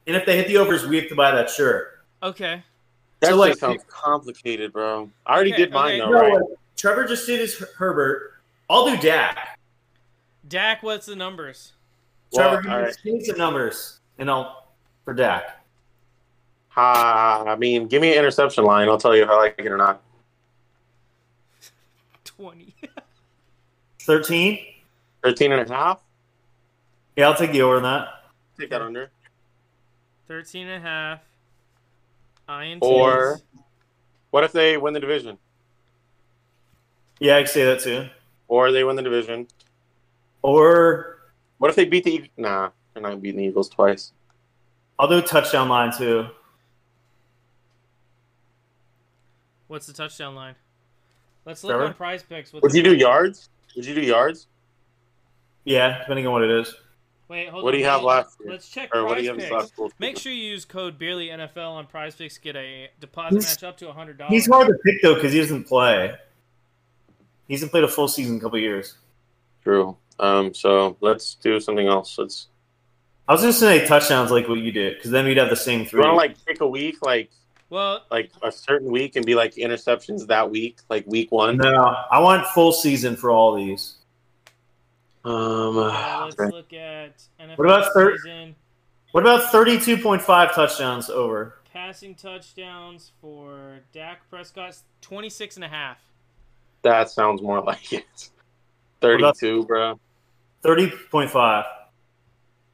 and if they hit the overs, we have to buy that shirt. Okay. That So, like- just sounds complicated, bro. I already Okay, did mine okay. though, right? No, Trevor just did his Her- Herbert. I'll do Dak. Dak, what's the numbers? Well, Trevor, all give me right. some numbers, and I'll for Dak. Ah, I mean, give me an interception line. I'll tell you if I like it or not. 20. Thirteen. 13 and a half? Yeah, I'll take the over on that. Take that under. 13 and a half. INTs. Or- What if they win the division? Yeah, I can say that too. Or they win the division? Or What if they beat the Eagles? Nah, they're not beating the Eagles twice. I'll do touchdown line too. What's the touchdown line? Let's look Trevor? on prize picks. What Would the- you do yards? Would you do yards? Yeah, depending on what it is. Wait, hold What on, do you have hold on. left? Let's check Or what do prize you have picks. last school? Make sure you use code Barely NFL on Prize Picks to get a deposit He's- match up to hundred dollars. He's hard to pick though because he doesn't play. He hasn't played a full season in a couple years. True. Um, so let's do something else. Let's I was just gonna say touchdowns like what you did because then we'd have the same you three. want to like pick a week, like Well, like a certain week, and be like interceptions that week, like week one. no, I want full season for all these. Um, uh, uh, let's okay. look at NFL What about thir- season What about thirty-two point five touchdowns over? passing touchdowns for Dak Prescott's 26 and a half. that sounds more like it. Thirty-two, bro. Thirty point five.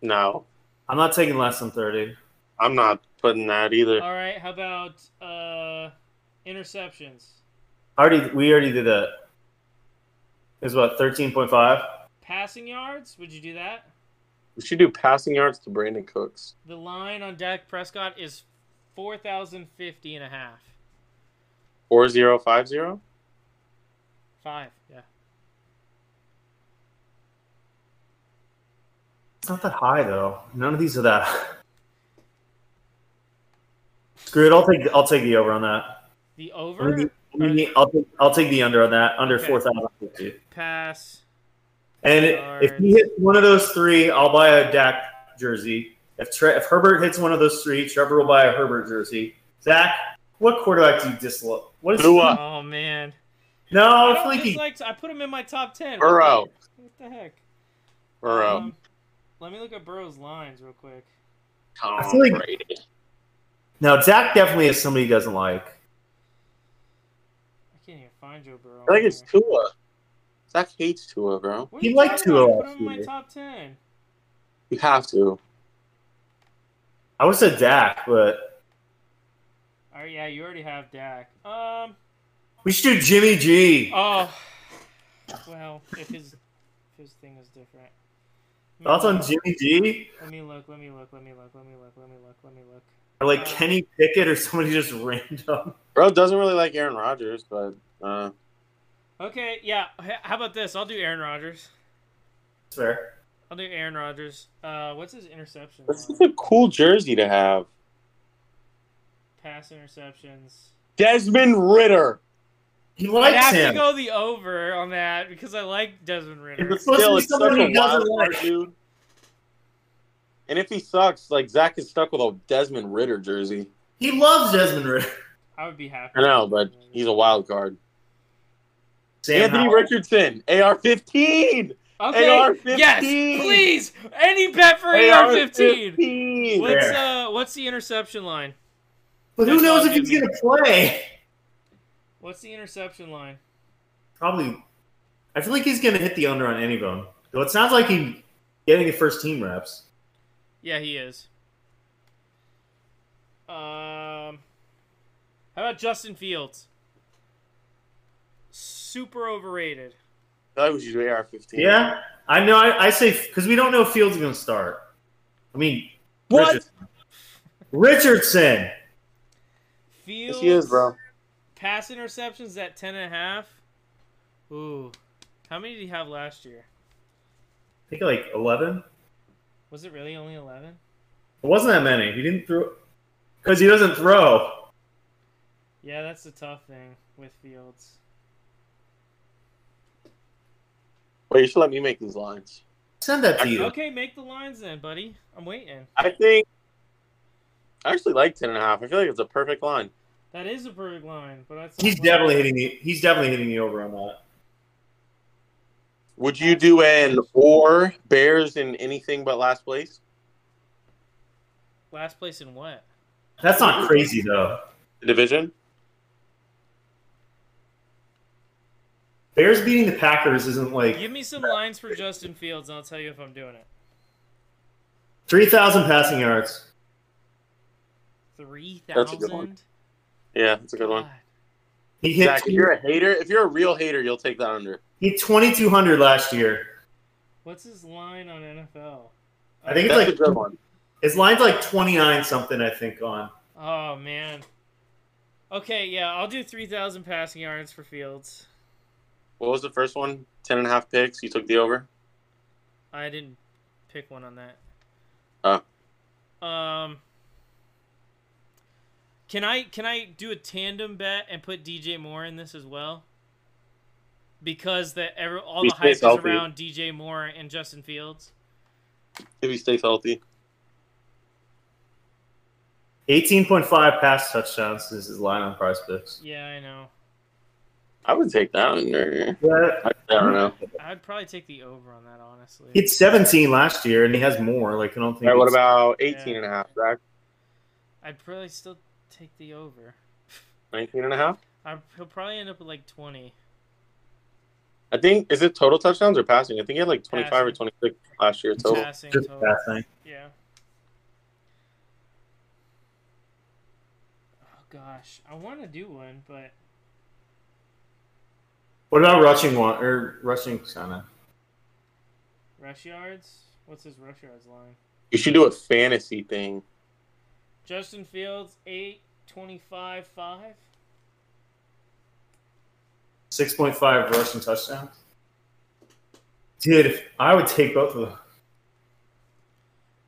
No, I'm not taking less than thirty. I'm not putting that either. All right, how about uh interceptions? I already we already did that. Is what thirteen point five? Passing yards? Would you do that? We should do passing yards to Brandon Cooks. The line on Dak Prescott is 4,050 and a half. Four zero five zero. Five, yeah. It's not that high though. None of these are that. high. Screw it. I'll take I'll take the over on that. The I'm over gonna- I'm gonna- I'll, take, I'll take the under on that, under Okay. 4,050. pass. And if he hits one of those three, I'll buy a Dak jersey. If, Tre- if Herbert hits one of those three, Trevor will buy a Herbert jersey. Zach, what quarterback do you dislike? What is Tua. Oh man. No, I, I don't feel like he, dislike- I put him in my top ten. Burrow. What the heck? Burrow. Um, let me look at Burrow's lines real quick. Tom I feel like- Brady. no. Zach definitely is somebody he doesn't like. I can't even find Joe Burrow. I think it's two. Tua. Zach hates Tua, bro. What He you liked talking about? Tua I Put him in my last top ten. You have to. I would say Dak, but All right, yeah, you already have Dak. Um. we should do Jimmy G. Oh. Well, if his if his thing is different. Thoughts on Jimmy G? Let me look. Let me look. Let me look. Let me look. Let me look. Let me look. Or like Kenny Pickett or somebody just random? Bro doesn't really like Aaron Rodgers, but uh, Okay, yeah. h- How about this? I'll do Aaron Rodgers. That's fair. I'll do Aaron Rodgers. Uh, what's his interception? this is line? a cool jersey to have. Pass interceptions. Desmond Ritter. He I'd likes have him. to go the over on that because I like Desmond If Ritter. it's supposed Still, to be it's such someone a he wild doesn't card, like. dude. And if he sucks, like Zach is stuck with a Desmond Ritter jersey. He loves Desmond Ritter. I would be happy. I know, but he's a wild card. Sam Anthony Howell. Richardson, AR fifteen. okay. AR-15. Yes, please. Any bet for AR fifteen. AR-15. What's uh? What's the interception line? But who That's all knows if give he's me. going to play? What's the interception line? Probably. I feel like he's going to hit the under on any of them. Though it sounds like he's getting the first team reps. Yeah, he is. Um, how about Justin Fields? Super overrated. I thought we should do AR fifteen. Yeah, I know. I, I say because we don't know if Fields is going to start. I mean, What? Richardson. Richardson. Fields. Yes, he is, bro. Pass interceptions at ten and a half. Ooh, how many did he have last year? I think like eleven. Was it really only eleven? It wasn't that many. He didn't throw because he doesn't throw. Yeah, that's the tough thing with Fields. Wait, you should let me make these lines. Send that to you. Okay, make the lines then, buddy. I'm waiting. I think I actually like ten and a half. I feel like it's a perfect line. That is a perfect line, but that's He's definitely hitting the. He's definitely hitting the over on that. Would you do an or Bears in anything but last place? last place in what? That's not crazy though. The division? Bears beating the Packers isn't like Give me some lines for Justin Fields, and I'll tell you if I'm doing it. three thousand passing yards. Three That's a good one. thousand. Yeah, that's a good one. He hit Zach, if you're a hater, if you're a real hater, you'll take that under. he hit twenty two hundred last year. What's his line on NFL? I think it's That's a like good one. his line's like twenty nine something. I think on. Oh man. Okay, yeah, I'll do three thousand passing yards for Fields. What was the first one? Ten and a half picks. You took the over. I didn't pick one on that. Oh. Um. Can I can I do a tandem bet and put DJ Moore in this as well? Because the ever all the He hype stays is healthy. around DJ Moore and Justin Fields. If he stays healthy. 18.5 pass touchdowns is his line on price picks. Yeah, I know. I would take that under. Yeah. I, I don't know. I'd probably take the over on that, honestly. He had 17 last year, and he has more. Like I don't All think. right, what it's- about 18 and a half, Zach? I'd probably still take the over. 19 and a half? I, he'll probably end up with like twenty. I think, is it total touchdowns or passing? I think he had like 25 or Passing. 26 last year total. Passing just total. passing? Yeah. Oh gosh, I want to do one, but What about rushing one or rushing kind of? rush yards. What's his rush yards line? You should do a fantasy thing. Justin Fields eight twenty five five. 6.5 rushing touchdowns. Dude, if- I would take both of them.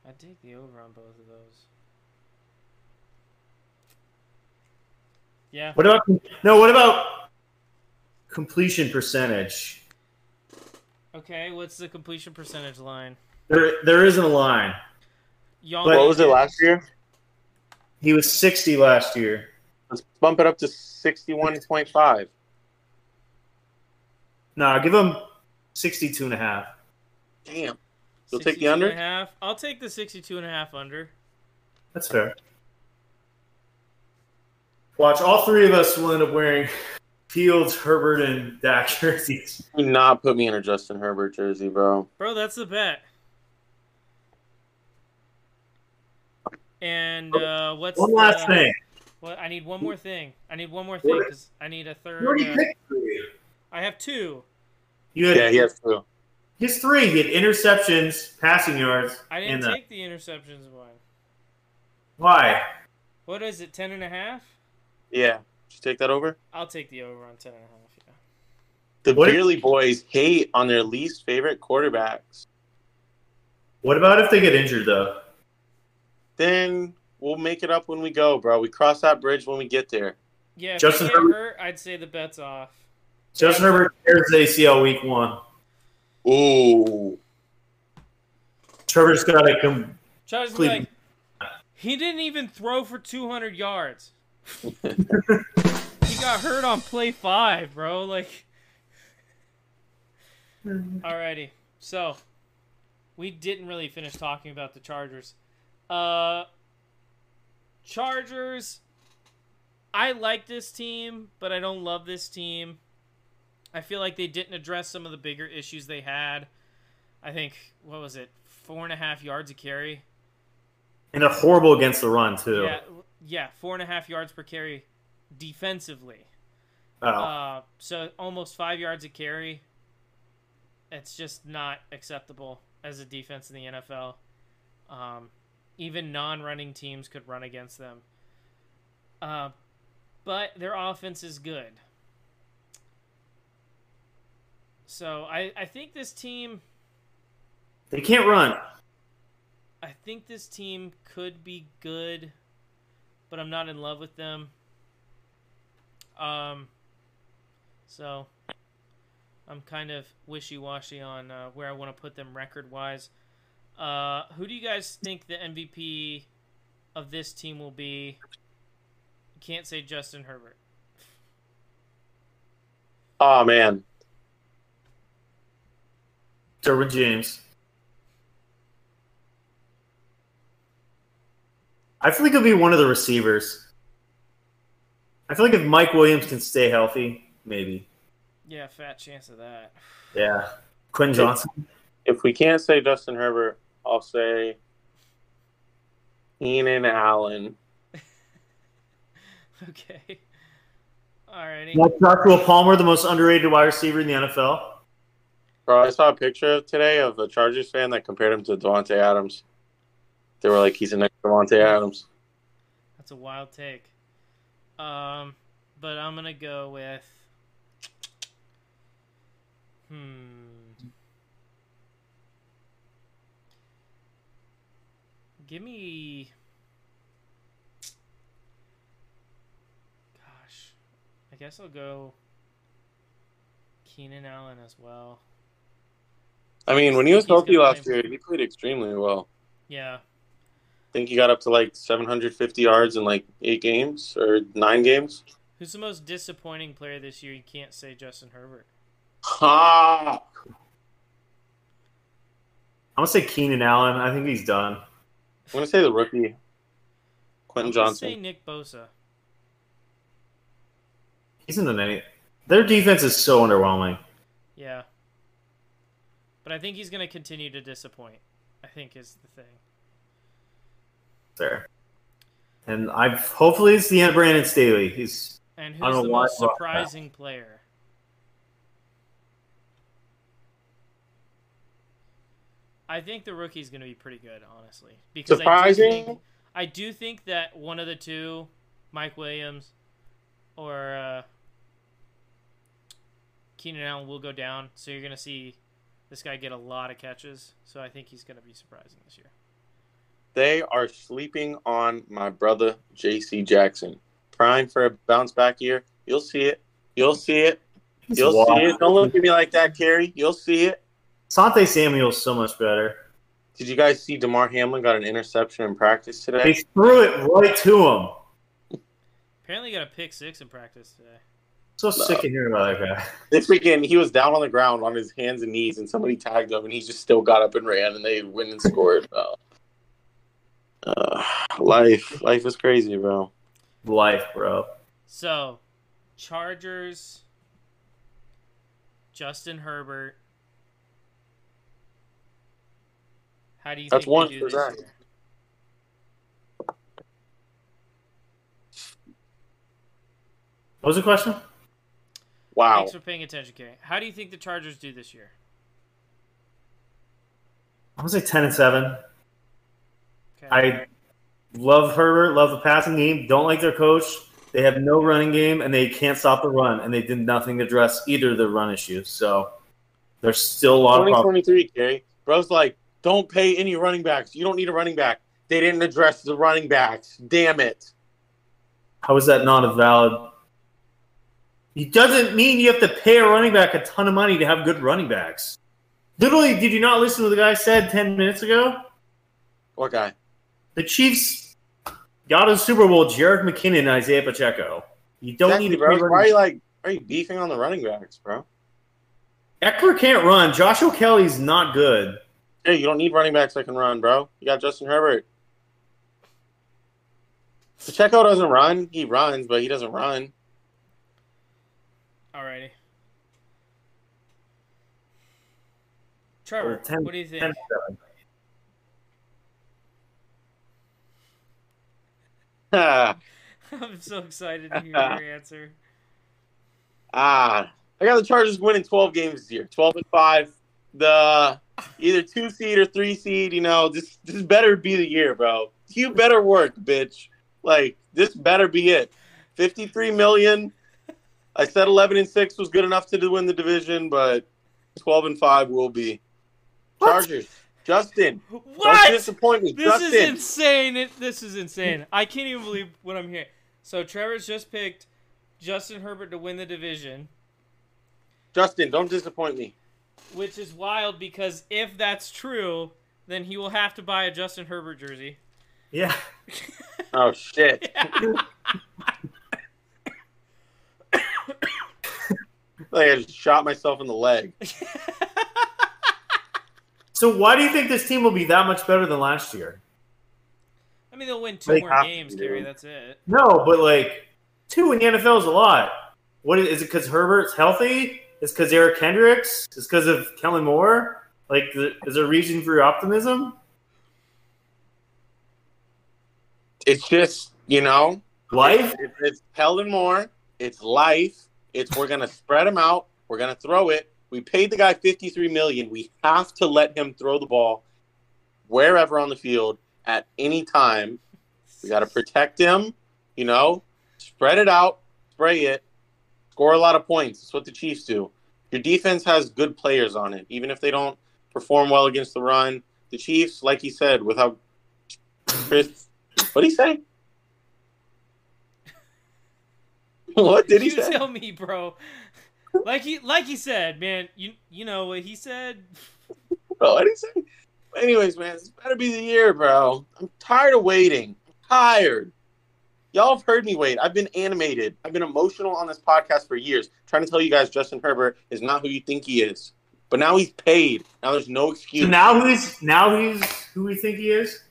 I would take the over on both of those. Yeah, What about no? What about completion percentage? Okay, what's the completion percentage line? There, there isn't a line. Y'all But- what was it last year? He was 60 last year. Let's bump it up to 61.5. Nah, give him 62 and a half. Damn. You'll take the under? 62 and a half. I'll take the 62 and a half under. That's fair. Watch, all three of us will end up wearing Fields, Herbert, and Dak jerseys. Do not put me in a Justin Herbert jersey, bro. Bro, that's the bet. And uh, what's Oh, One last the- thing. What, I need one more thing. I need one more thing What- because I need a third. You already uh, picked three. I have two. You had Yeah, he has two. his three. He had interceptions, passing yards, I and uh, didn't the, take the interceptions one. why? What is it? Ten and a half? Yeah. Should you take that over? I'll take the over on ten and a half. Yeah. The What if- Beerly boys hate on their least favorite quarterbacks. What about if they get injured though? Then we'll make it up when we go, bro. We cross that bridge when we get there. Yeah. If Justin Justin Herbert- hurt, I'd say the bet's off. Justin Herbert tears ACL week one. Ooh. Trevor's got to come. Charles is Cleveland. like, he didn't even throw for 200 yards. he got hurt on play five, bro. Like, alrighty. So, we didn't really finish talking about the Chargers. Uh, Chargers I like this team, but I don't love this team. I feel like they didn't address some of the bigger issues they had. I think what was it, four and a half yards a carry? And they're horrible against the run too. Yeah, yeah, four and a half yards per carry defensively. Oh. Uh, so almost five yards a carry. It's just not acceptable as a defense in the NFL. Um, even non-running teams could run against them. Uh, but their offense is good. So I, I think this team they can't run. I think this team could be good, but I'm not in love with them. Um, so I'm kind of wishy-washy on uh, where I want to put them record-wise. Uh, who do you guys think the MVP of this team will be? You can't say Justin Herbert. Oh man, Derwin James. I feel like it'll be one of the receivers. I feel like if Mike Williams can stay healthy, maybe. Yeah, fat chance of that. Yeah. Quinn Johnson. if we can't say Justin Herbert, I'll say Keenan Allen. Okay. Alrighty. Like Joshua Palmer, the most underrated wide receiver in the NFL. Bro, I saw a picture today of the Chargers fan that compared him to Devontae Adams. They were like, he's the next Devontae Adams. That's a wild take. Um, but I'm gonna go with. Hmm. Give me. Gosh, I guess I'll go. Keenan Allen as well. I mean, when he was He's healthy gonna last play. year, he played extremely well. Yeah, I think he got up to like 750 yards in like eight games or nine games. who's the most disappointing player this year? You can't say Justin Herbert. Ha! I'm gonna say Keenan Allen. I think he's done. I'm going to say the rookie, Quentin I'm gonna Say Johnson. Nick Bosa. He's in the ninety. Their defense is so underwhelming. Yeah. But I think he's going to continue to disappoint. I think is the thing. There. And I've hopefully it's the end Brandon Staley. He's And I don't who's the know why most I brought that. surprising player? I think the rookie's going to be pretty good, honestly. Because I do, Surprising? think, I do think that one of the two, Mike Williams or uh, Keenan Allen, will go down. So you're going to see this guy get a lot of catches. So I think he's going to be surprising this year. They are sleeping on my brother, J.C. Jackson. Prime for a bounce back year. You'll see it. You'll see it. he's You'll wild. see it. Don't look at me like that, Carrie. You'll see it. Sante Samuel's so much better. Did you guys see DeMar Hamlin got an interception in practice They today? threw it right to him. Apparently, got a pick six in practice today. So sick of hearing about that guy. This freaking he was down on the ground on his hands and knees and somebody tagged him and he just still got up and ran and they went and scored. Uh, uh, life. Life is crazy, bro. Life, bro. So, Chargers, Justin Herbert. How do you That's think one they for do this Zach. year? What was the question? Wow. Thanks for paying attention, Kay. How do you think the Chargers do this year? I'm gonna say ten and seven. Okay. I love Herbert, love the passing game, don't like their coach. They have no running game and they can't stop the run, and they did nothing to address either of the run issues. So there's still a lot of problems. 2023, Gary. Bro's like, don't pay any running backs. You don't need a running back. They didn't address the running backs. Damn it. How is that not a valid? It doesn't mean you have to pay a running back a ton of money to have good running backs. Literally, did you not listen to the guy said ten minutes ago? What guy? The Chiefs got a Super Bowl. Jared McKinnon, and Isaiah Pacheco. You don't Exactly, need to bro. pay running Why are you like why are you beefing on the running backs, bro? Eckler can't run. Joshua Kelly's not good. Hey, you don't need running backs that can run, bro. You got Justin Herbert. Pacheco doesn't run. He runs, but he doesn't run. Alrighty. Trevor, Well, 10 what do you think? 10-7. ah, I'm so excited to hear your answer. Ah, I got the Chargers winning 12 games this year, 12 and five. The either two seed or three seed, you know, this this better be the year, bro. You better work, bitch. Like this better be it. 53 million. I said 11 and six was good enough to win the division, but 12 and five will be. What? Chargers, Justin. Don't What? disappoint me, This Justin. is insane. It, this is insane. I can't even believe what I'm hearing. So Trevor's just picked Justin Herbert to win the division, Justin, don't disappoint me. which is wild because if that's true, then he will have to buy a Justin Herbert jersey. Yeah. Oh shit. like I just shot myself in the leg. So why do you think this team will be that much better than last year? I mean, they'll win two They more have to, games, dude. Gary. That's it. No, but like two in the NFL is a lot. What is, is it? Because Herbert's healthy? It's because Eric Hendricks? It's because of Kellen Moore? Like, th- is there a reason for your optimism? It's just, you know, Life? It's, it's Helen Moore. It's life. It's we're gonna spread him out. We're gonna throw it. We paid the guy fifty three million. We have to let him throw the ball wherever on the field at any time. We got to protect him. You know, spread it out, spray it, score a lot of points. That's what the Chiefs do. Your defense has good players on it, even if they don't perform well against the run. The Chiefs, like he said, with how Chris, what did he say? What did he you say? tell me, bro? Like he, like he said, man. You, you know what he said. bro. I didn't say. Anyways, man, this better be the year, bro. I'm tired of waiting. I'm tired. Y'all have heard me wait. I've been animated. I've been emotional on this podcast for years, trying to tell you guys Justin Herbert is not who you think he is. But now he's paid. Now there's no So excuse. now he's now he's who we think he is.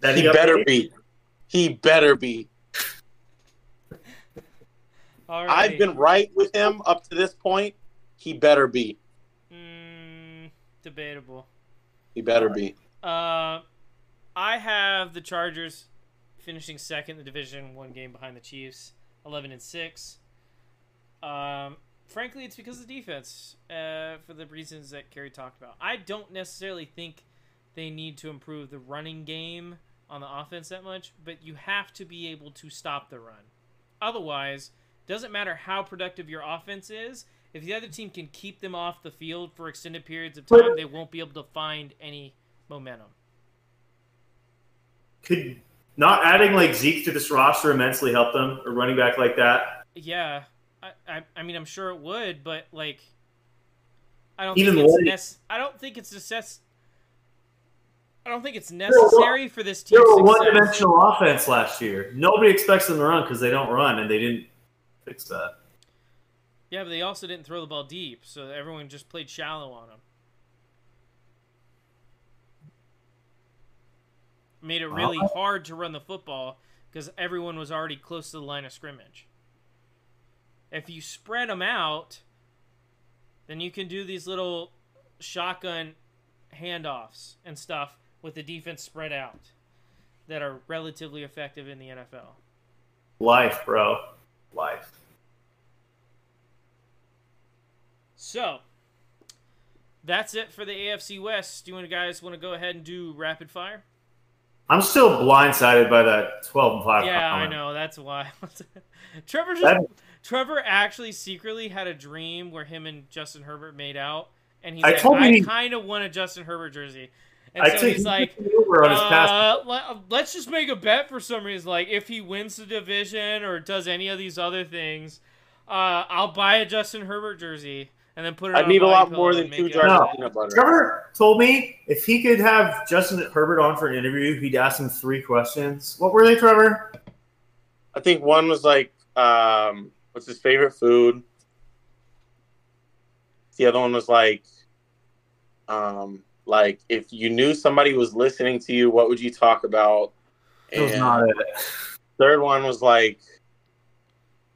That he got better paid? be. He better be. All right. I've been right with him up to this point. He better be. mm, debatable. He better be. Uh, I have the Chargers finishing second in the division, one game behind the Chiefs, eleven and six. Um, frankly, it's because of the defense, uh, for the reasons that Kerry talked about. I don't necessarily think they need to improve the running game on the offense that much, but you have to be able to stop the run. Otherwise, doesn't matter how productive your offense is. If the other team can keep them off the field for extended periods of time, they won't be able to find any momentum. Could not adding like Zeke to this roster immensely help them? A running back like that, Yeah, I, I, I mean, I'm sure it would, but like, I don't Even think it's Lloyd- nec- I don't think it's necess- I don't think it's necessary for this they team's were a success. one-dimensional offense last year. Nobody expects them to run because they don't run, and they didn't fix that. Yeah, but they also didn't throw the ball deep, so everyone just played shallow on them. Made it really hard to run the football because everyone was already close to the line of scrimmage. If you spread them out, then you can do these little shotgun handoffs and stuff with the defense spread out that are relatively effective in the NFL. Life, bro, life. So that's it for the AFC West. Do you wanna- guys want to go ahead and do rapid fire? I'm still blindsided by that 12 and Ah, 5. Yeah, I comment. know that's wild. Trevor just, That- Trevor actually secretly had a dream where him and Justin Herbert made out, and he's I like, told I you- kind of want a Justin Herbert jersey, and I so took he's like, over on his pass. uh, le- let's just make a bet for some reason. Like, if he wins the division or does any of these other things, uh, I'll buy a Justin Herbert jersey and then put it. I on need a my lot pillow more and than make two it- jars No. of peanut butter. Trevor told me if he could have Justin Herbert on for an interview, he'd ask him three questions. What were they, Trevor? I think one was like, um, what's his favorite food? The other one was like, um, like if you knew somebody was listening to you, what would you talk about? It was And not it. Third one was like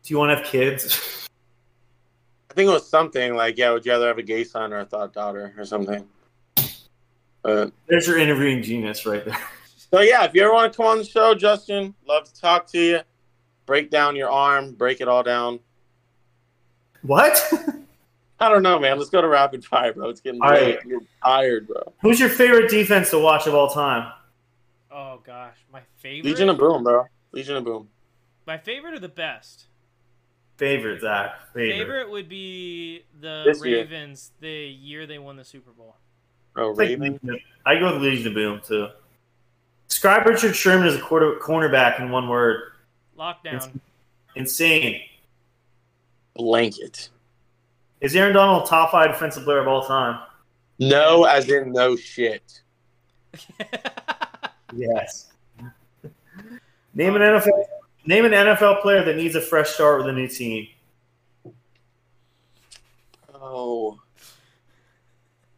Do you want to have kids? I think it was something like, yeah, would you rather have a gay son or a thought daughter or something? But There's your interviewing genius right there. So yeah, if you ever want to come on the show, Justin, love to talk to you. Break down your arm, break it all down. What? I don't know, man. Let's go to rapid fire, bro. It's getting All late. right. You're tired, bro. Who's your favorite defense to watch of all time? Oh gosh, my favorite. Legion of Boom, bro. Legion of Boom. My favorite or the best? Favorite, Zach. Favorite. Favorite would be the This year. Ravens the year they won the Super Bowl. Bro, It's like Raven. Legion of- I go with Legion of Boom too. Describe Richard Sherman as a quarter cornerback in one word. Lockdown. Insane. Blanket. Is Aaron Donald a top five defensive player of all time? No, as in no shit. Yes. Name an NFL name an NFL player that needs a fresh start with a new team. Oh. I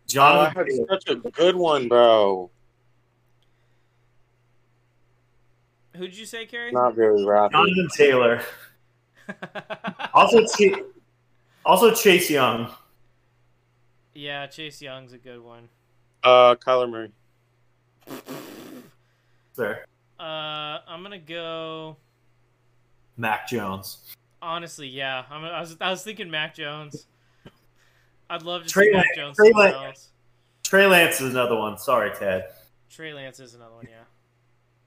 Jonathan had such a good one, bro. Who'd you say, Carrie? Not very rapid. Jonathan Taylor. Also Cha- also Chase Young. yeah, Chase Young's a good one. Uh, Kyler Murray. Sir. Uh, I'm gonna go. Mac Jones. Honestly, yeah. I'm, I was I was thinking Mac Jones. I'd love to Trey see Mac Lance- Jones Trey somewhere Lance. else. Trey Lance is another one. Sorry, Ted. Trey Lance is another one, yeah.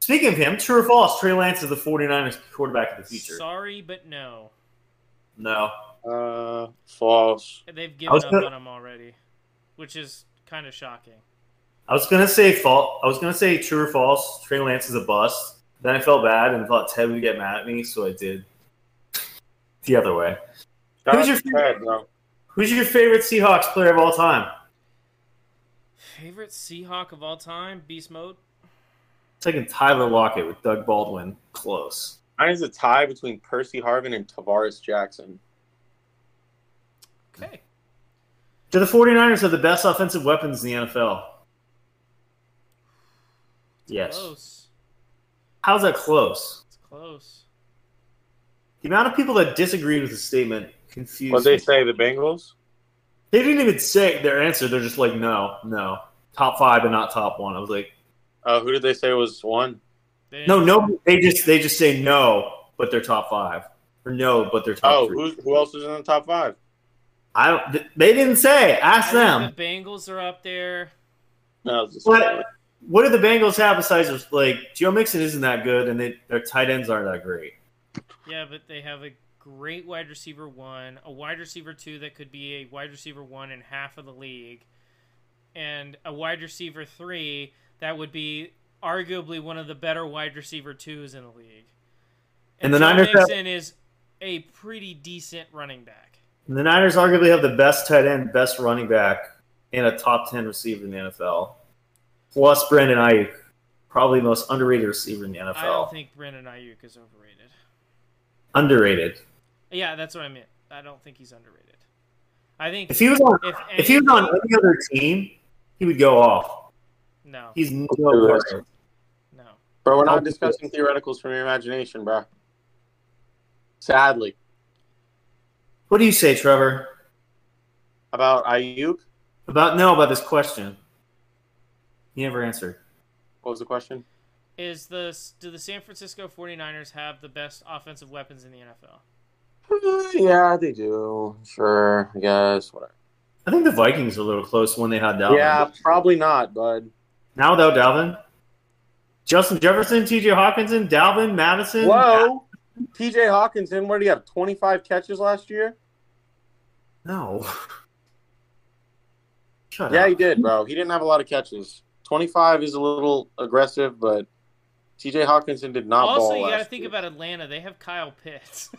Speaking of him, true or false, Trey Lance is the 49ers quarterback of the future. Sorry, but no. No. Uh, false. They've I given was up gonna- on him already, which is kind of shocking. I was gonna say false. I was gonna say true or false. Trey Lance is a bust. Then I felt bad and thought Ted would get mad at me, so I did. The other way. Shout Who's out your to Ted, bro. Who's your favorite Seahawks player of all time? Favorite Seahawk of all time, Beast Mode. Taking Tyler Lockett with Doug Baldwin. Close. Mine is a tie between Percy Harvin and Tavares Jackson. Okay. Do the 49ers have the best offensive weapons in the NFL? Yes. Close. How's that close? It's close. The amount of people that disagreed with the statement confused. What they me. say, the Bengals? They didn't even say their answer. They're just like, no, no, top five, but not top one. I was like, Uh, who did they say was one? They no, didn't- no. They just they just say no, but they're top five, or no, but they're top Oh, three. who, who else is in the top five? I don't. th- They didn't say. I Ask think them. The Bengals are up there. No, it's just- What? What do the Bengals have besides just, like Joe Mixon isn't that good, and they, their tight ends aren't that great? Yeah, but they have a great wide receiver one, a wide receiver two that could be a wide receiver one in half of the league, and a wide receiver three that would be arguably one of the better wide receiver twos in the league. And the Joe Niners have- Mixon is a pretty decent running back. And the Niners arguably have the best tight end, best running back, and a top ten receiver in the NFL. Plus Brandon Ayuk, probably the most underrated receiver in the I don't NFL. think Brandon Ayuk is overrated. underrated. Yeah, that's what I meant. I don't think he's underrated. I think If he was on, if, if he was on any other team, he would go off. no, He's no part. no. Bro, we're not discussing theoreticals from your imagination, bro. Sadly. What do you say, Trevor? About Ayuk? About no about this question. He never answered. What was the question? is the do the San Francisco 49ers have the best offensive weapons in the NFL? yeah, they do. Sure, I guess. Whatever. I think the Vikings were a little close when they had Dalvin. Yeah, probably not, bud. Now without Dalvin, Justin Jefferson, T.J. Hawkinson, Dalvin, Mm. Madison. Whoa. TJ Hawkinson, what did he have? 25 catches last year? No. Shut Yeah, up. he did, bro. He didn't have a lot of catches. 25 is a little aggressive, but TJ Hawkinson did not also, ball you got to last think year. about Atlanta. They have Kyle Pitts.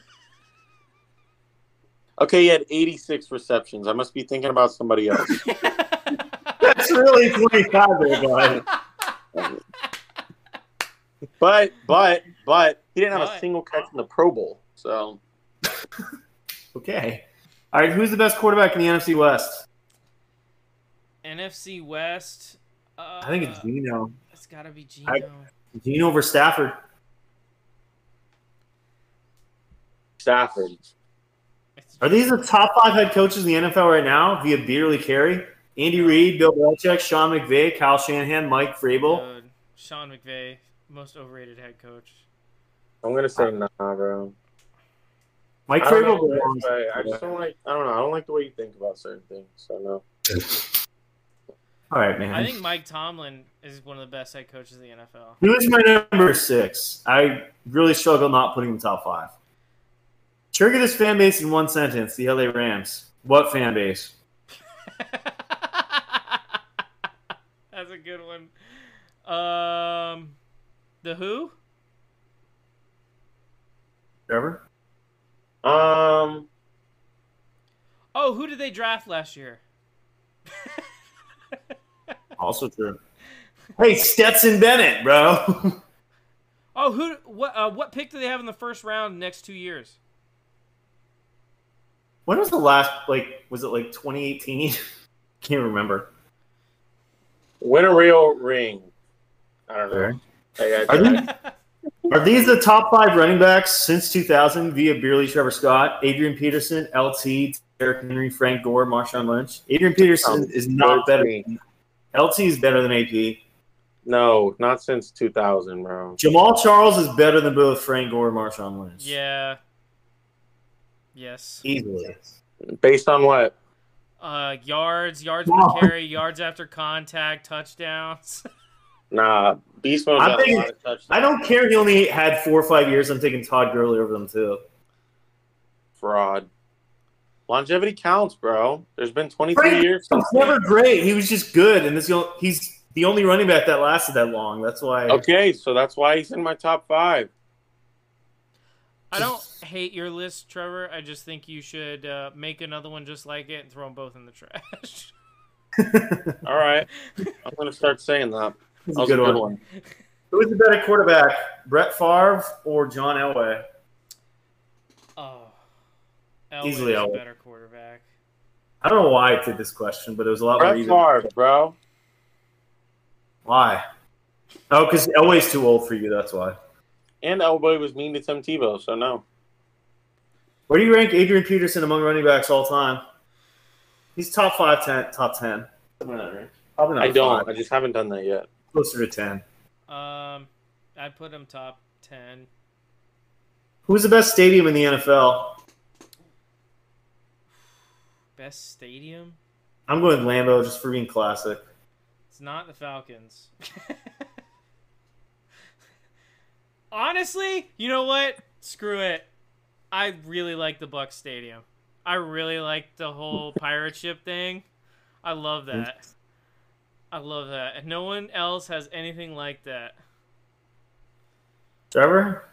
Okay, he had 86 receptions. I must be thinking about somebody else. That's really 25 there, guys. but, but, but, he didn't have a But- single catch in the Pro Bowl. So, Okay. All right, who's the best quarterback in the NFC West? NFC West. Uh, I think it's Geno. it's got to be Gino. I- Geno over Stafford. Stafford. Are these the top five head coaches in the NFL right now via Beerly Carey? Andy Reid, Bill Belichick, Sean McVay, Kyle Shanahan, Mike Vrabel. Uh, Sean McVay, most overrated head coach. I'm gonna say nah, bro. Mike I don't know, Vrabel belongs. but I just don't like. I don't know. I don't like the way you think about certain things. So no. All right, I man. think Mike Tomlin is one of the best head coaches in the NFL. Who is my number six? I really struggle not putting the top five. Trigger this fan base in one sentence. The LA Rams. What fan base? That's a good one. Um, the Who? Trevor? Um. Oh, who did they draft last year? Also true. Hey, Stetson Bennett, bro. Oh, who? What? Uh, what pick do they have in the first round next two years? When was the last like was it like 2018? Can't remember. Win a real ring. I don't know. Are Like, I, Are they- these the top five running backs since 2000 via Beerly, Trevor Scott, Adrian Peterson, LT, Derrick Henry, Frank Gore, Marshawn Lynch? Adrian Peterson Um, is not better. me. Than, LT is better than AP. no, not since 2000, bro. Jamal Charles is better than both Frank Gore and Marshawn Lynch. Yeah. Yes. easily. Based on what? Uh, yards, yards Wow. per carry, yards after contact, touchdowns. Nah, Beast Mode's I'm got thinking- a lot of touchdowns. I don't care. He only had four or five years. I'm taking Todd Gurley over them too. fraud. Longevity counts, bro. There's been 23 Frank- years. He's never great. He was just good, and this he's the only running back that lasted that long. That's why. Okay, so that's why he's in my top five. I don't hate your list, Trevor. I just think you should uh, make another one just like it and throw them both in the trash. All right, I'm gonna start saying that. That's That was a good one. Who is the better quarterback, Brett Favre or John Elway? oh, Easily Elway's a Elway. better quarterback. I don't know why I did this question, but it was a lot more Brett easy. Favre, bro. Why? Oh, because Elway's too old for you. That's why. And Elboy was mean to Tim Tebow, so no. Where do you rank Adrian Peterson among running backs all time? He's top five, ten, top ten. Probably not. I don't. five. I just haven't done that yet. closer to ten. Um, I'd put him top ten. Who's the best stadium in the NFL? Best stadium? I'm going Lambo just for being classic. It's not the Falcons. Honestly, you know what? Screw it. I really like the Buck Stadium. I really like the whole pirate ship thing. I love that. I love that. And no one else has anything like that. Trevor,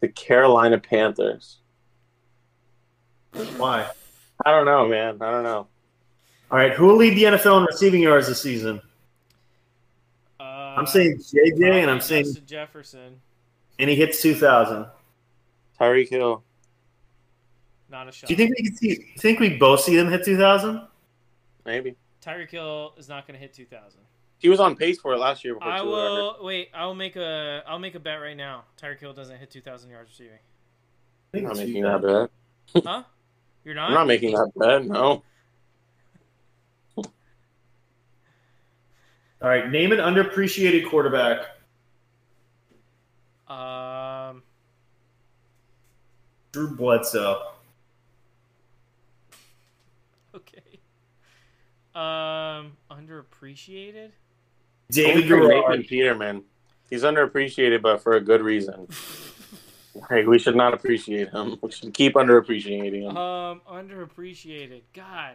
The Carolina Panthers. why? I don't know, man. I don't know. All right, who will lead the NFL in receiving yards this season? Uh, I'm saying JJ, and I'm saying, Justin Jefferson. and he hits 2,000. Tyreek Hill. Not a shot. Do you think we can see? Think we both see them hit 2,000? Maybe Tyreek Hill is not going to hit two thousand? he was on pace for it last year. Before I Tua got hurt. will wait. I'll make a. I'll make a bet right now. Tyreek Hill doesn't hit two thousand yards receiving. I'm not making that bet. Huh? You're not. I'm not making that bet. No. All right, name an underappreciated quarterback. Um, Drew Bledsoe. okay. Um, underappreciated. David Only Garrard. Nathan Peterman. He's underappreciated, but for a good reason. Like we should not appreciate him. We should keep underappreciating him. Um, underappreciated. God.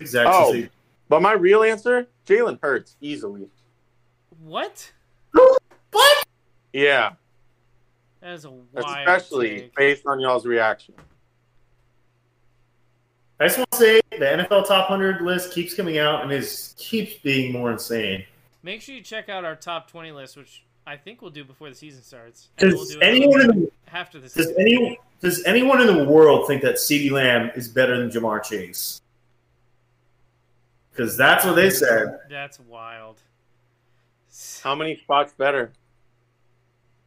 Exactly. Oh. But my real answer, Jalen Hurts, easily. What? Yeah, That is a wild. especially take. based on y'all's reaction. I just want to say the NFL top 100 list keeps coming out and is keeps being more insane. Make sure you check out our top twenty list, which I think we'll do before the season starts. And we'll Does do it anyone in the, after the does season. any does anyone in the world think that CeeDee Lamb is better than Jamar Chase? Because that's what they said. That's wild. How many spots better?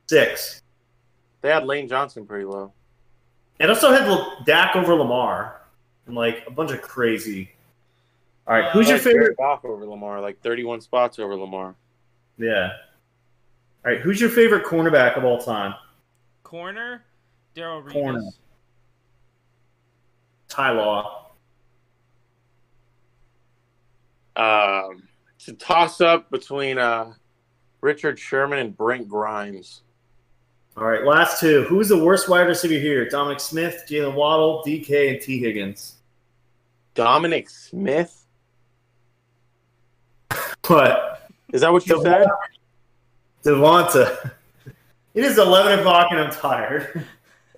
Six. They had Lane Johnson pretty low. It also had L- Dak over Lamar and like a bunch of crazy. All right, who's Uh, your Like favorite? Jared Goff over Lamar, like 31 spots over Lamar. Yeah. All right, who's your favorite cornerback of all time? Corner, Daryl Reeves. Corner. Ty Law. Um, it's a toss up between uh, Richard Sherman and Brent Grimes. All right, last two. Who's the worst wide receiver here? Dominic Smith, Jalen Waddle, DK, and T. Higgins. Dominic Smith? But Is that what you Devon- said? Devonta. It is 11 o'clock and I'm tired.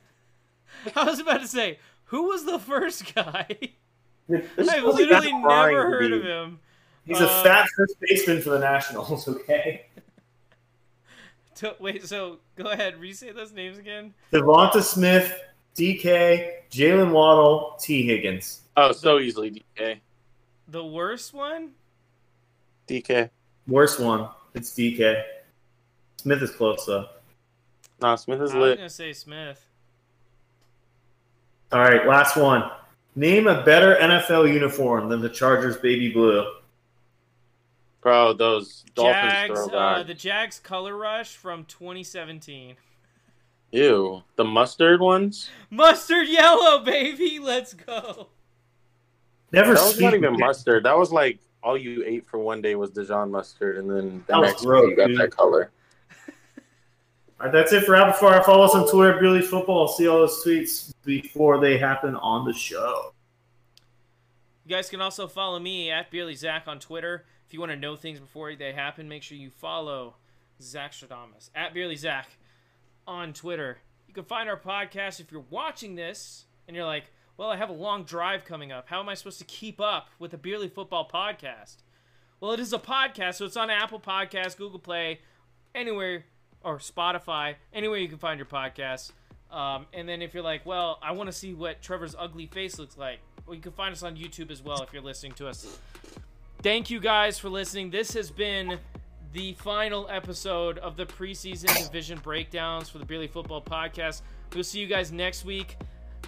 I was about to say, who was the first guy? This I've really literally not trying never to heard be- of him. He's Uh, a fat first baseman for the Nationals, okay? To- wait, so go ahead, re-say those names again. Devonta Smith, DK, Jalen Waddle, T. Higgins. Oh, so easily DK. The worst one? DK, Worst one. It's DK. Smith is close, though. nah, Smith is I was lit. gonna say Smith. All right, last one. Name a better NFL uniform than the Chargers baby blue. Bro, those Dolphins Jags, throwback. uh, the Jags color rush from 2017. Ew, the mustard ones. Mustard yellow, baby. Let's go. Never That was seen not even mustard. That was like all you ate for one day was Dijon mustard, and then the That was next gross, day you got dude. that color. All right, that's it for Rapid Fire. Follow us on Twitter, Billy Football. See all those tweets before they happen on the show. You guys can also follow me at Barely Zach on Twitter. If you want to know things before they happen, make sure you follow Zach Stradamus at Barely Zach on Twitter. You can find our podcast if you're watching this and you're like, well, I have a long drive coming up. How am I supposed to keep up with the Barely Football podcast? Well, it is a podcast, so it's on Apple Podcasts, Google Play, anywhere, or Spotify, anywhere you can find your podcast. Um, and then if you're like, well, I want to see what Trevor's ugly face looks like, well, you can find us on YouTube as well if you're listening to us. Thank you guys for listening. This has been the final episode of the preseason division breakdowns for the Beerly Football Podcast. We'll see you guys next week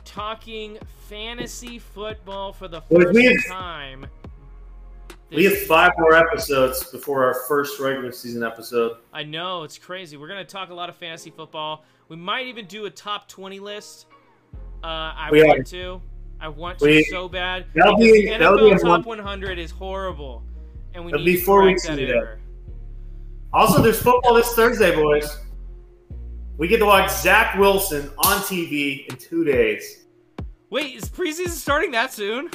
talking fantasy football for the Well, first we have- time. We have This- five more episodes before our first regular season episode. I know it's crazy. We're gonna talk a lot of fantasy football. We might even do a top twenty list. Uh, I We want to. I want to We- so bad. That'll Because be the that'll be NFL in top one. one hundred is horrible, and we That'll need be to four correct weeks that into that. error. Also, there's football this Thursday, boys. We get to watch Zach Wilson on TV in two days. Wait, is preseason starting that soon?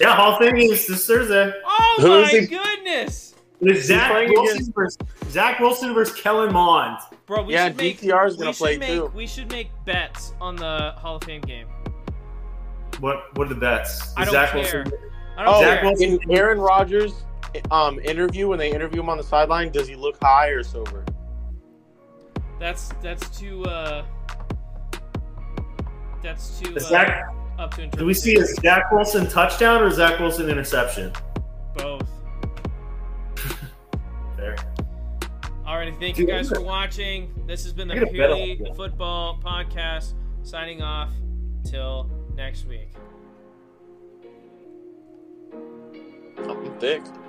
Yeah, Hall of Fame is this Thursday. Oh Who my is he- goodness, It's Zach playing Wilson, against- versus, Zach Wilson versus Kellen Mond. bro! We Yeah, should make DTR is we gonna should play make, too. We should make bets on the Hall of Fame game. What what are the bets? I don't Zach care. Wilson. I don't Oh, care. Zach Wilson. in Aaron Rodgers' um, interview, when they interview him on the sideline, does he look high or sober? That's that's too. Uh, that's too. Uh, Zach, up to do we see a Zach Wilson touchdown or Zach Wilson interception? both? There. Alrighty, thank you guys for watching. This has been the You're gonna bet on Purely that. Football Podcast. Signing off till next week. Something thick.